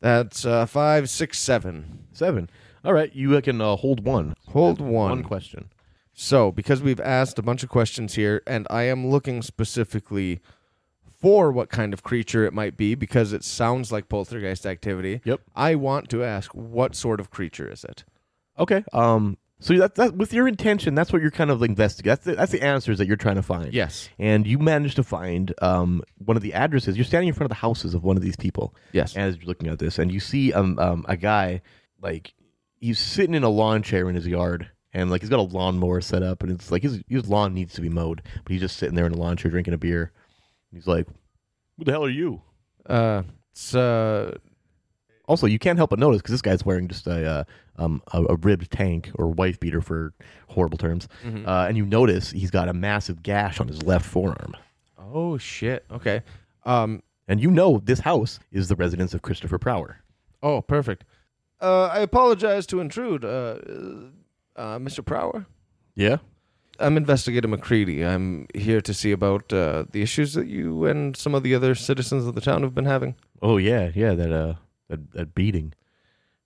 S1: that's uh, five, six, seven.
S2: Seven. All right, you uh, can uh, hold one.
S1: Hold one.
S2: One question.
S1: So, because we've asked a bunch of questions here, and I am looking specifically for what kind of creature it might be, because it sounds like poltergeist activity.
S2: Yep.
S1: I want to ask, what sort of creature is it?
S2: Okay. Um. So that, that with your intention, that's what you're kind of investigating. That's the, that's the answers that you're trying to find.
S1: Yes.
S2: And you managed to find um one of the addresses. You're standing in front of the houses of one of these people.
S1: Yes.
S2: As you're looking at this, and you see um, um a guy like he's sitting in a lawn chair in his yard, and like he's got a lawnmower set up, and it's like his his lawn needs to be mowed, but he's just sitting there in a lawn chair drinking a beer. And he's like, "Who the hell are you?"
S1: Uh, it's uh,
S2: Also, you can't help but notice because this guy's wearing just a uh, um, a, a ribbed tank or wife beater for horrible terms, uh, and you notice he's got a massive gash on his left forearm.
S1: oh shit. Okay. Um,
S2: And you know this house is the residence of Christopher Prower.
S1: oh, perfect. Uh, I apologize to intrude, uh, uh, Mr. Prower.
S2: Yeah.
S1: I'm Investigator McCready. I'm here to see about uh, the issues that you and some of the other citizens of the town have been having.
S2: Oh yeah, yeah. That uh, that, that beating.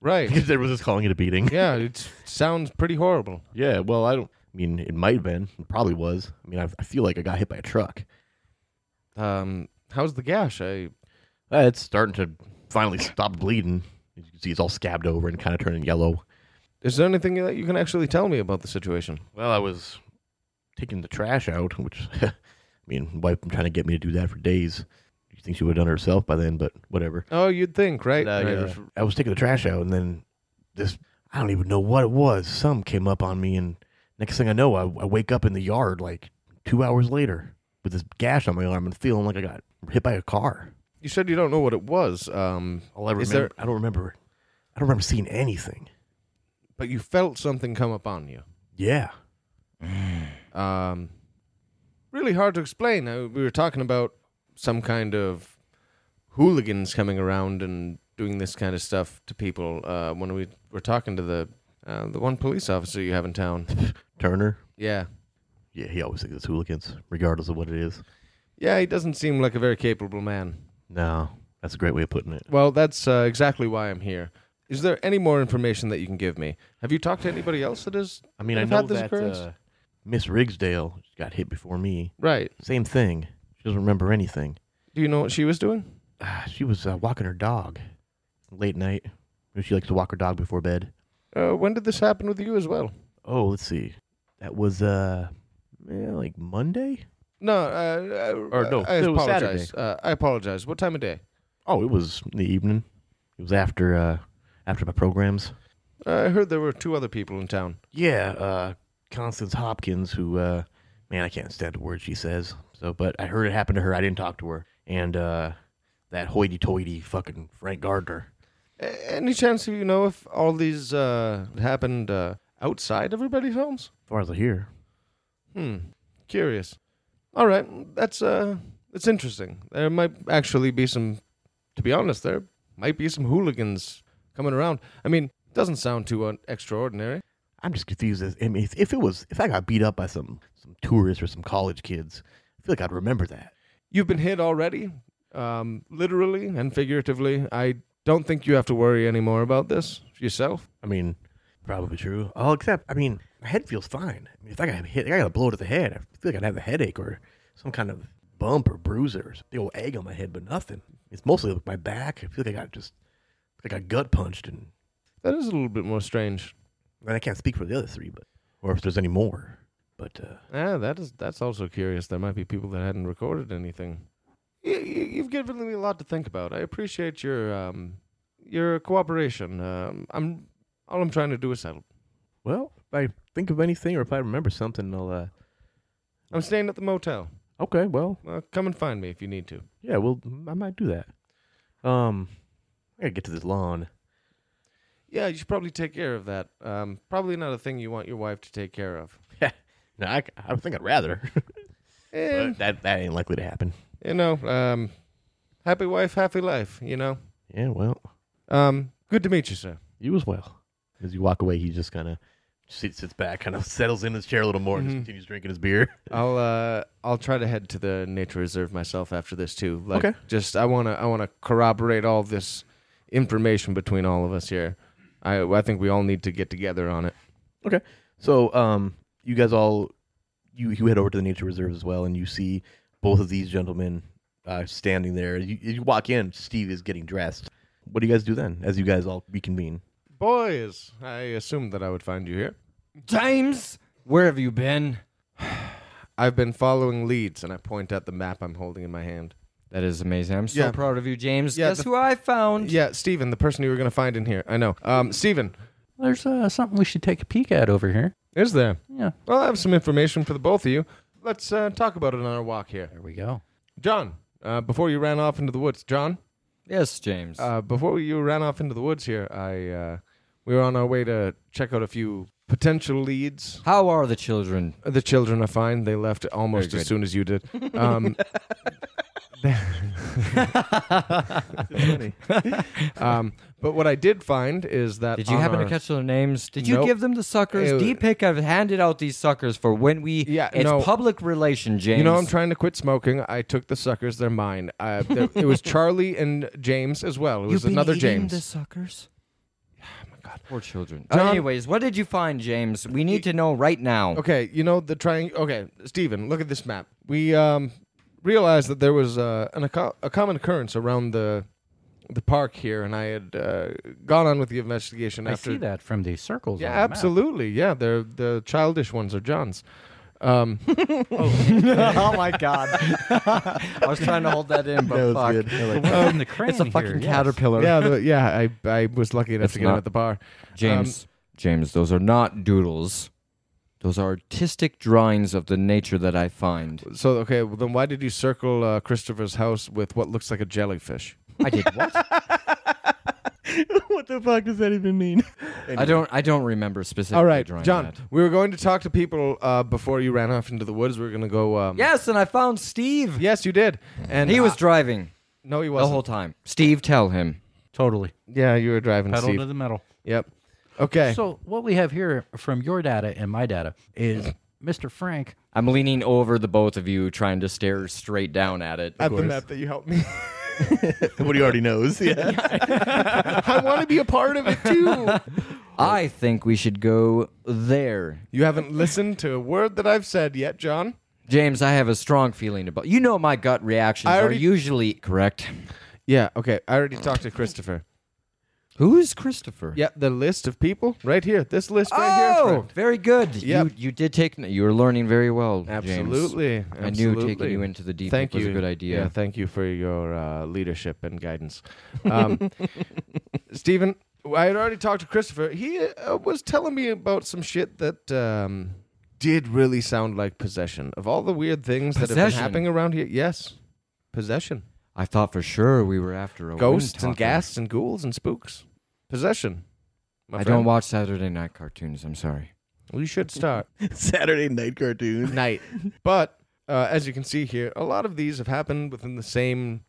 S1: Right.
S2: Because everyone's just calling it a beating.
S1: yeah, it sounds pretty horrible.
S2: Yeah. Well, I don't. I mean, it might have been. It probably was. I mean, I, I feel like I got hit by a truck.
S1: Um, how's the gash? I
S2: Uh, it's starting to finally stop bleeding. You can see it's all scabbed over and kind of turning yellow.
S1: is there anything that you can actually tell me about the situation?
S2: Well, I was taking the trash out, which, I mean, my wife been trying to get me to do that for days. You think she would have done it herself by then, but whatever.
S1: Oh, you'd think, right?
S2: But, uh,
S1: Right.
S2: yeah, I was taking the trash out, and then this, I don't even know what it was. Some came up on me, and next thing I know, I, I wake up in the yard like two hours later with this gash on my arm and feeling like I got hit by a car.
S1: You said you don't know what it was, um,
S2: All I remember,
S1: Is
S2: I don't remember, I don't remember seeing anything.
S1: but you felt something come upon you.
S2: Yeah.
S1: Um, really hard to explain. Uh, we were talking about some kind of hooligans coming around and doing this kind of stuff to people uh, when we were talking to the uh, the one police officer you have in town.
S2: Turner.
S1: Yeah,
S2: Yeah, he always thinks it's hooligans, regardless of what it is.
S1: yeah, he doesn't seem like a very capable man.
S2: No, that's a great way of putting it.
S1: Well, that's uh, exactly why I'm here. Is there any more information that you can give me? Have you talked to anybody else that is?
S2: I mean, I
S1: I've
S2: know
S1: had this
S2: that
S1: occurrence.
S2: uh, Miss Rigsdale got hit before me.
S1: Right.
S2: Same thing. She doesn't remember anything.
S1: Do you know what she was doing?
S2: Ah, she was uh, walking her dog late night. You know, She likes to walk her dog before bed.
S1: Uh, when did this happen with you as well?
S2: Oh, let's see. That was uh, eh, like Monday.
S1: No, uh, uh,
S2: Or no,
S1: I
S2: it was
S1: apologize. Uh, I apologize. What time of day?
S2: Oh, it was in the evening. It was after uh, after my programs.
S1: Uh, I heard there were two other people in town.
S2: Yeah, uh, Constance Hopkins, who, uh, man, I can't stand a word she says. So, but I heard it happen to her. I didn't talk to her. And uh, that hoity-toity fucking Frank Gardner.
S1: A- any chance you know if all these uh, happened uh, outside everybody's homes?
S2: As far as I hear,
S1: Hmm. Curious. All right, that's uh, that's interesting. There might actually be some. To be honest, there might be some hooligans coming around. I mean, doesn't sound too un- extraordinary.
S2: I'm just confused. As, I mean, if, if it was, if I got beat up by some some tourists or some college kids, I feel like I'd remember that.
S1: You've been hit already, um, literally and figuratively. I don't think you have to worry anymore about this yourself.
S2: I mean, probably true. Oh, except, I mean, my head feels fine. I mean, if I got hit, I got a blow to the head. I feel like I'd have a headache or some kind of bump or bruise or the old egg on my head, but nothing. It's mostly like my back. I feel like I got just like I got gut punched, and,
S1: That is a little bit more strange.
S2: and I can't speak for the other three, but or if there's any more. But uh,
S1: Yeah, Ah, that is that's also curious. There might be people that hadn't recorded anything. You, you, you've given me a lot to think about. I appreciate your um, your cooperation. Um, I'm all I'm trying to do is help.
S2: well, if I think of anything or if I remember something, I'll. Uh,
S1: I'm staying at the motel.
S2: okay, well,
S1: Uh, come and find me if you need to.
S2: yeah, well, I might do that. Um, I gotta get to this lawn.
S1: Yeah, you should probably take care of that. Um, probably not a thing you want your wife to take care of.
S2: No, I, I think I'd rather.
S1: Eh,
S2: but that that ain't likely to happen.
S1: you know, um, happy wife, happy life. You know.
S2: Yeah, well,
S1: Um, good to meet you, sir.
S2: You as well. As you walk away, he just kind of sits, sits back, kind of settles in his chair a little more,
S4: Mm-hmm.
S2: and just continues drinking his beer.
S1: I'll uh, I'll try to head to the nature reserve myself after this too. Like,
S2: Okay.
S1: Just I wanna I wanna corroborate all this information between all of us here. I I think we all need to get together on it.
S2: Okay. So, um, you guys all, you you head over to the nature reserve as well, and you see both of these gentlemen uh, standing there. You, you walk in, Steve is getting dressed. What do you guys do then? As you guys all reconvene,
S1: Boys, I assumed that I would find you here.
S4: James, where have you been?
S1: I've been following leads, and I point at the map I'm holding in my hand.
S4: That is amazing. I'm so
S1: Yeah.
S4: proud of you, James.
S1: Yeah,
S4: Guess
S1: the-
S4: who I found?
S1: Yeah, Steven, the person you were gonna find in here. I know. Um, Steven,
S3: There's uh, something we should take a peek at over here.
S1: is there?
S3: Yeah.
S1: Well, I have some information for the both of you. Let's uh, talk about it on our walk here.
S3: There we go.
S1: John, uh, before you ran off into the woods, John.
S4: Yes, James.
S1: Uh, before you ran off into the woods here, I uh, we were on our way to check out a few potential leads.
S4: How are the children?
S1: The children are fine. They left almost
S4: Very
S1: as
S4: good.
S1: soon as you did. Um, um, but what I did find is that
S4: Did you
S1: on
S4: happen
S1: our-
S4: to catch their names? Uh, Did you
S1: Nope.
S4: give them the suckers?
S1: Ew.
S4: DPIC have handed out these suckers for when we.
S1: Yeah,
S4: it's
S1: no.
S4: public relation, James.
S1: You know, I'm trying to quit smoking. I took the suckers. They're mine. Uh, there- it was Charlie and James as well. It was
S4: You've been
S1: another
S4: eating
S1: James.
S4: The suckers. Oh my God. Poor children.
S1: John-
S4: anyways, what did you find, James? We need to know right now.
S1: Okay, you know the triangle. Okay, Steven, look at this map. We um, realized that there was uh, an, acco- a common occurrence around the the park here, and I had uh, gone on with the investigation
S3: I
S1: after.
S3: see that from these circles.
S1: Yeah,
S3: on the map.
S1: absolutely. Yeah, they're the childish ones are John's. Um,
S4: oh my god. I was trying to hold that in, but
S2: That was
S4: fuck.
S2: good. I like that.
S3: From the crane
S4: It's a fucking
S3: here, yes.
S4: caterpillar.
S1: yeah, the, yeah. I, I was lucky enough
S4: It's
S1: to get him
S4: not-
S1: at the bar.
S4: James, James, those are not doodles. Those are artistic drawings of the nature that I find.
S1: So okay, well, then why did you circle uh, Christopher's house with what looks like a jellyfish?
S4: I did what?
S2: what the fuck does that even mean?
S4: I don't. I don't remember specifically.
S1: All right,
S4: drawing
S1: John.
S4: that.
S1: We were going to talk to people uh, before you ran off into the woods. We are gonna go. Um,
S4: Yes, and I found Steve.
S1: Yes, you did. And
S4: and he was
S1: I-
S4: driving
S1: no, he
S4: the
S1: wasn't.
S4: whole time. Steve, tell him.
S3: Totally.
S1: yeah, you were driving,
S3: Pedal
S1: Steve.
S3: to the metal.
S1: Yep. Okay.
S3: So what we have here from your data and my data is Mr. Frank.
S4: I'm leaning over the both of you, trying to stare straight down at it.
S1: I have the map that you helped me.
S2: what he already knows. Yeah.
S1: I want to be a part of it too.
S4: I think we should go there.
S1: You haven't listened to a word that I've said yet, John.
S4: James, I have a strong feeling about you know my gut reactions
S1: I
S4: are
S1: already-
S4: usually correct.
S1: Yeah. Okay. I already talked to Christopher.
S4: Who's Christopher?
S1: Yeah, the list of people right here. This list right here.
S4: Oh,
S1: friend.
S4: very good.
S1: Yep.
S4: You you did take you were learning very well. James.
S1: Absolutely.
S4: I knew taking
S1: absolutely.
S4: you into the deep
S1: Thank
S4: end was
S1: you.
S4: a good idea.
S1: Yeah, thank you for your uh, leadership and guidance. Um, Stephen, I had already talked to Christopher. He uh, was telling me about some shit that um, did really sound like possession. Of all the weird things that have been
S4: Possession?
S1: happening around here, yes, possession.
S4: I thought for sure we were after a
S1: Ghosts
S4: wind
S1: and
S4: talker.
S1: ghasts and ghouls and spooks. Possession. my
S4: I
S1: friend.
S4: don't watch Saturday night cartoons. I'm sorry.
S1: We should start.
S2: Saturday night cartoons.
S1: night. But uh, as you can see here, a lot of these have happened within the same,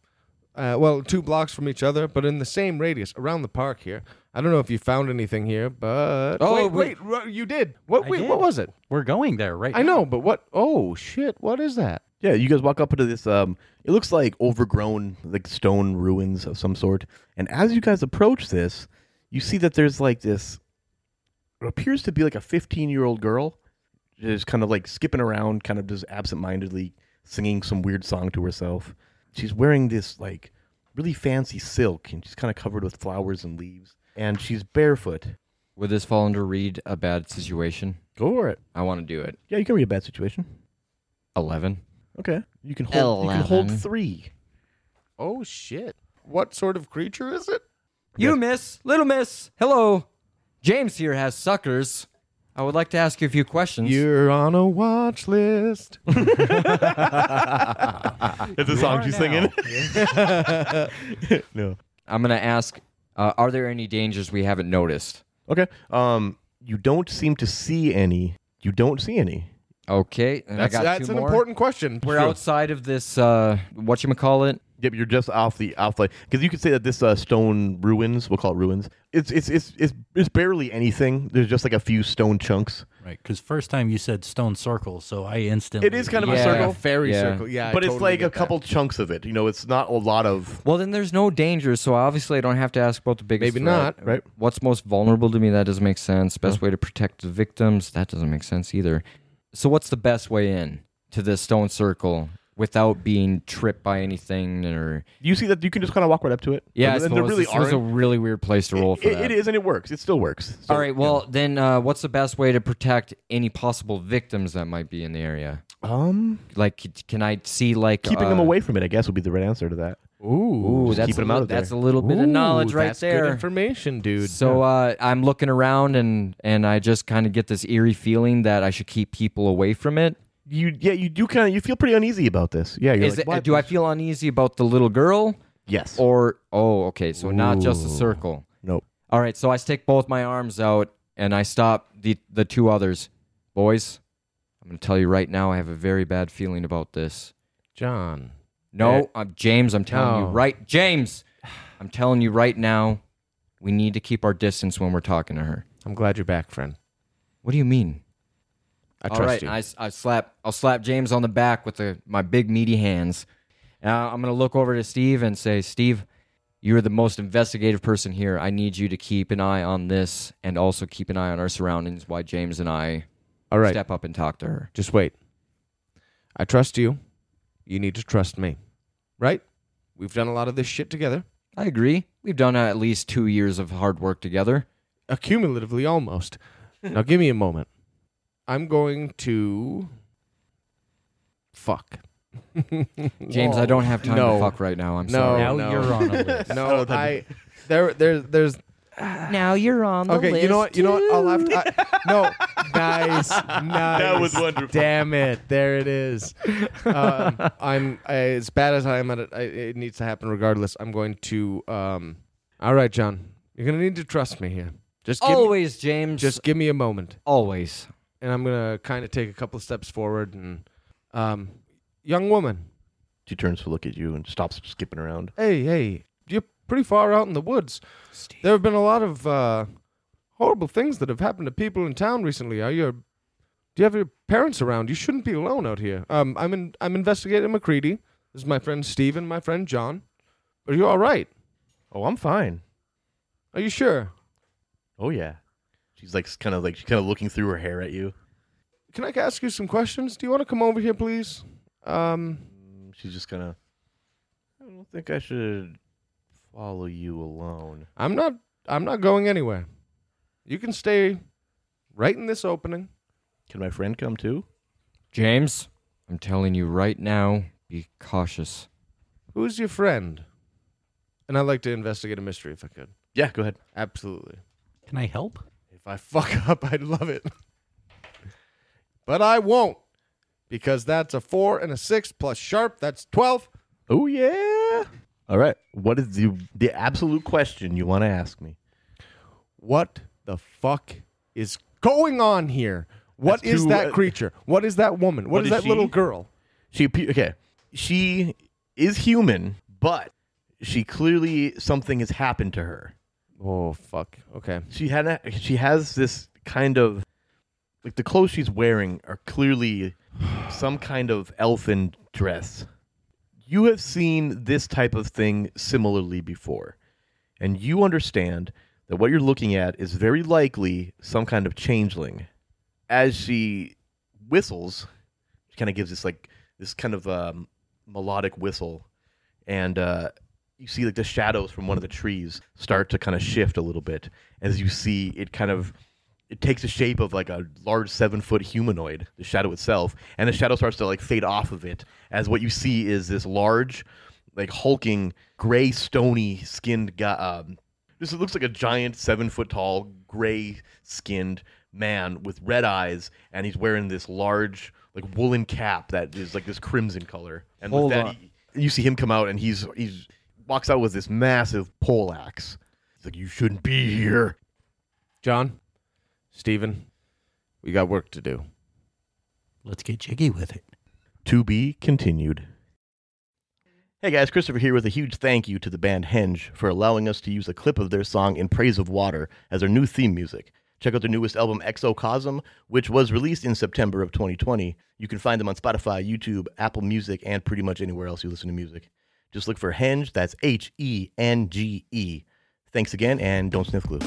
S1: uh, well, two blocks from each other, but in the same radius around the park here. I don't know if you found anything here, but
S4: Oh,
S1: wait,
S4: we-
S1: wait, ru- you did. What?
S3: I
S1: Wait,
S3: did.
S1: what was it?
S3: We're going there right
S1: I know, but what? Oh shit! What is that?
S2: Yeah, you guys walk up into this. Um, it looks like overgrown, like stone ruins of some sort. And as you guys approach this, you see that there's like this. It appears to be like a 15 year old girl, just kind of like skipping around, kind of just absentmindedly singing some weird song to herself. She's wearing this like really fancy silk, and she's kind of covered with flowers and leaves. And she's barefoot.
S4: Would this fall under read a bad situation?
S2: Go for it.
S4: I want to do it.
S2: Yeah, you can read a bad situation.
S4: Eleven.
S2: Okay, you can hold. You can hold
S4: Eleven.
S2: three.
S1: Oh shit! What sort of creature is it?
S4: You miss, little miss. Hello, James here has suckers. I would like to ask you a few questions.
S1: You're on a watch list.
S2: It's a song she's singing. no.
S4: I'm gonna ask. Uh, are there any dangers we haven't noticed?
S2: Okay. Um, you don't seem to see any. You don't see any.
S4: Okay, and
S1: That's,
S4: I got
S1: that's
S4: two
S1: an
S4: more.
S1: important question.
S4: We're outside of this. Uh, what you call it?
S2: Yep, you're just off the off like because you could say that this uh, stone ruins. We'll call it ruins. It's it's it's it's it's barely anything. There's just like a few stone chunks.
S3: Right, because first time you said stone circle, so I instantly.
S2: It is kind of a
S4: Yeah.
S2: circle,
S1: fairy
S4: Yeah.
S1: circle. Yeah, I
S2: but it's
S1: totally
S2: like
S1: get
S2: a
S1: that.
S2: couple chunks of it. You know, it's not a lot of.
S4: Well, then there's no danger, so obviously I don't have to ask about the biggest.
S1: Maybe
S4: threat. Uh,
S1: not,
S2: right?
S4: What's most vulnerable to me? That doesn't make sense. Best way to protect the victims? That doesn't make sense either. So, what's the best way in to this stone circle without being tripped by anything? Or
S2: You see that you can just kind of walk right up to it.
S4: yeah, I
S2: and, there
S4: suppose
S2: really
S4: this is a
S2: are.
S4: really weird place to roll for that.
S2: It, it is, and it works. It still works. So,
S4: All right. Well, then, uh, what's the best way to protect any possible victims that might be in the area?
S2: um,
S4: Like, c- can I see like
S2: keeping
S4: uh,
S2: them away from it, I guess, would be the right answer to that.
S1: Ooh,
S4: Ooh,
S2: Just
S4: that's
S2: keeping
S4: a,
S2: them
S4: li-
S2: out of there.
S4: that's a little bit of knowledge right
S1: that's Good
S4: there.
S1: information, dude.
S4: So uh, I'm looking around and and I just kind of get this eerie feeling that I should keep people away from it.
S2: You yeah, you do kind of. You feel pretty uneasy about this. Yeah, you're
S4: Is
S2: like,
S4: it-
S2: why
S4: do I
S2: this-
S4: feel uneasy about the little girl
S2: Yes.
S4: or oh okay so not just a circle.
S2: Nope.
S4: All right, so I stick both my arms out and I stop the the two others. Boys, I'm going to tell you right now I have a very bad feeling about this.
S1: John.
S4: No,
S1: Yeah.
S4: I'm James, I'm telling you
S1: No.
S4: right James. I'm telling you right now we need to keep our distance when we're talking to her.
S1: I'm glad you're back, friend.
S4: What do you mean?
S1: I
S4: All
S1: trust
S4: right,
S1: you.
S4: I, s- I slap. I'll slap James on the back with the, my big meaty hands. And I- I'm gonna look over to Steve and say, Steve, you're the most investigative person here. I need you to keep an eye on this and also keep an eye on our surroundings. While James and I
S1: All right,
S4: step up and talk to her.
S1: just wait. I trust you. You need to trust me. Right? We've done a lot of this shit together.
S4: I agree. We've done uh, at least two years of hard work together.
S1: Accumulatively, almost. now, give me a moment. I'm going to
S4: Fuck. James, I don't have time
S1: No.
S4: to fuck right now. I'm
S1: No. Oh,
S4: sorry.
S3: now you're on a list.
S1: No, I there there there's
S7: Now you're on the
S1: okay.
S7: list.
S1: You know what? You know what? I'll have to. I, no, nice, nice.
S2: That was wonderful.
S1: Damn it! There it is. Um, I'm I, as bad as I am at it. I, it needs to happen regardless. I'm going to. Um, all right, John. You're gonna need to trust me here. Just give me,
S4: Always, James.
S1: just give me a moment,
S4: always.
S1: and I'm gonna kind of take a couple steps forward. And um, young woman,
S2: She turns to look at you and stops skipping around.
S1: hey, hey, you're pretty far out in the woods. There have been a lot of uh, horrible things that have happened to people in town recently. Are your do you have your parents around? You shouldn't be alone out here. Um, I'm in, I'm investigating McCready. This is my friend Steve and my friend John. Are you all right?
S2: Oh, I'm fine.
S1: Are you sure?
S2: Oh yeah. She's like kind of like she's kind of looking through her hair at you.
S1: Can I ask you some questions? Do you want to come over here, please? Um,
S2: She's just gonna. I don't think I should follow you alone.
S1: I'm not I'm not going anywhere. You can stay right in this opening.
S2: Can my friend come too?
S4: James, I'm telling you right now, be cautious.
S1: Who's your friend? And I'd like to investigate a mystery if I could.
S2: Yeah, go ahead.
S1: Absolutely.
S3: Can I help?
S1: If I fuck up, I'd love it. But I won't. Because that's a four and a six plus sharp. That's 12.
S2: Oh yeah. All right. What is the the absolute question you want to ask me?
S1: What the fuck is going on here? What is
S2: That's too-
S1: that creature? What is that woman?
S2: What
S1: what is,
S2: is
S1: that
S2: she?
S1: little girl?
S2: She appe- okay. She is human, but she clearly something has happened to her.
S1: Oh, fuck. Okay.
S2: She had a, she has this kind of like the clothes she's wearing are clearly some kind of elfin dress. You have seen this type of thing similarly before, and you understand that what you're looking at is very likely some kind of changeling. As she whistles, she kind of gives this like this kind of um, melodic whistle, and uh, you see like the shadows from one of the trees start to kind of shift a little bit as you see it kind of it takes the shape of like a large seven foot humanoid the shadow itself and the shadow starts to like fade off of it as what you see is this large like hulking gray stony skinned guy um, this it looks like a giant seven foot tall gray skinned man with red eyes and he's wearing this large like woolen cap that is like this crimson color and
S4: Hold
S2: with that
S4: on.
S2: he- you see him come out and he's he's walks out with this massive pole axe. He's like, "You shouldn't be here."
S1: John, Steven, we got work to do.
S3: Let's get jiggy with it.
S2: To be continued. Hey guys, Christopher here with a huge thank you to the band Henge for allowing us to use a clip of their song In Praise of Water as their new theme music. Check out their newest album Exocosm, which was released in September of 2020. You can find them on Spotify, YouTube, Apple Music, and pretty much anywhere else you listen to music. Just look for Henge, that's H E N G E. Thanks again and don't sniff glue.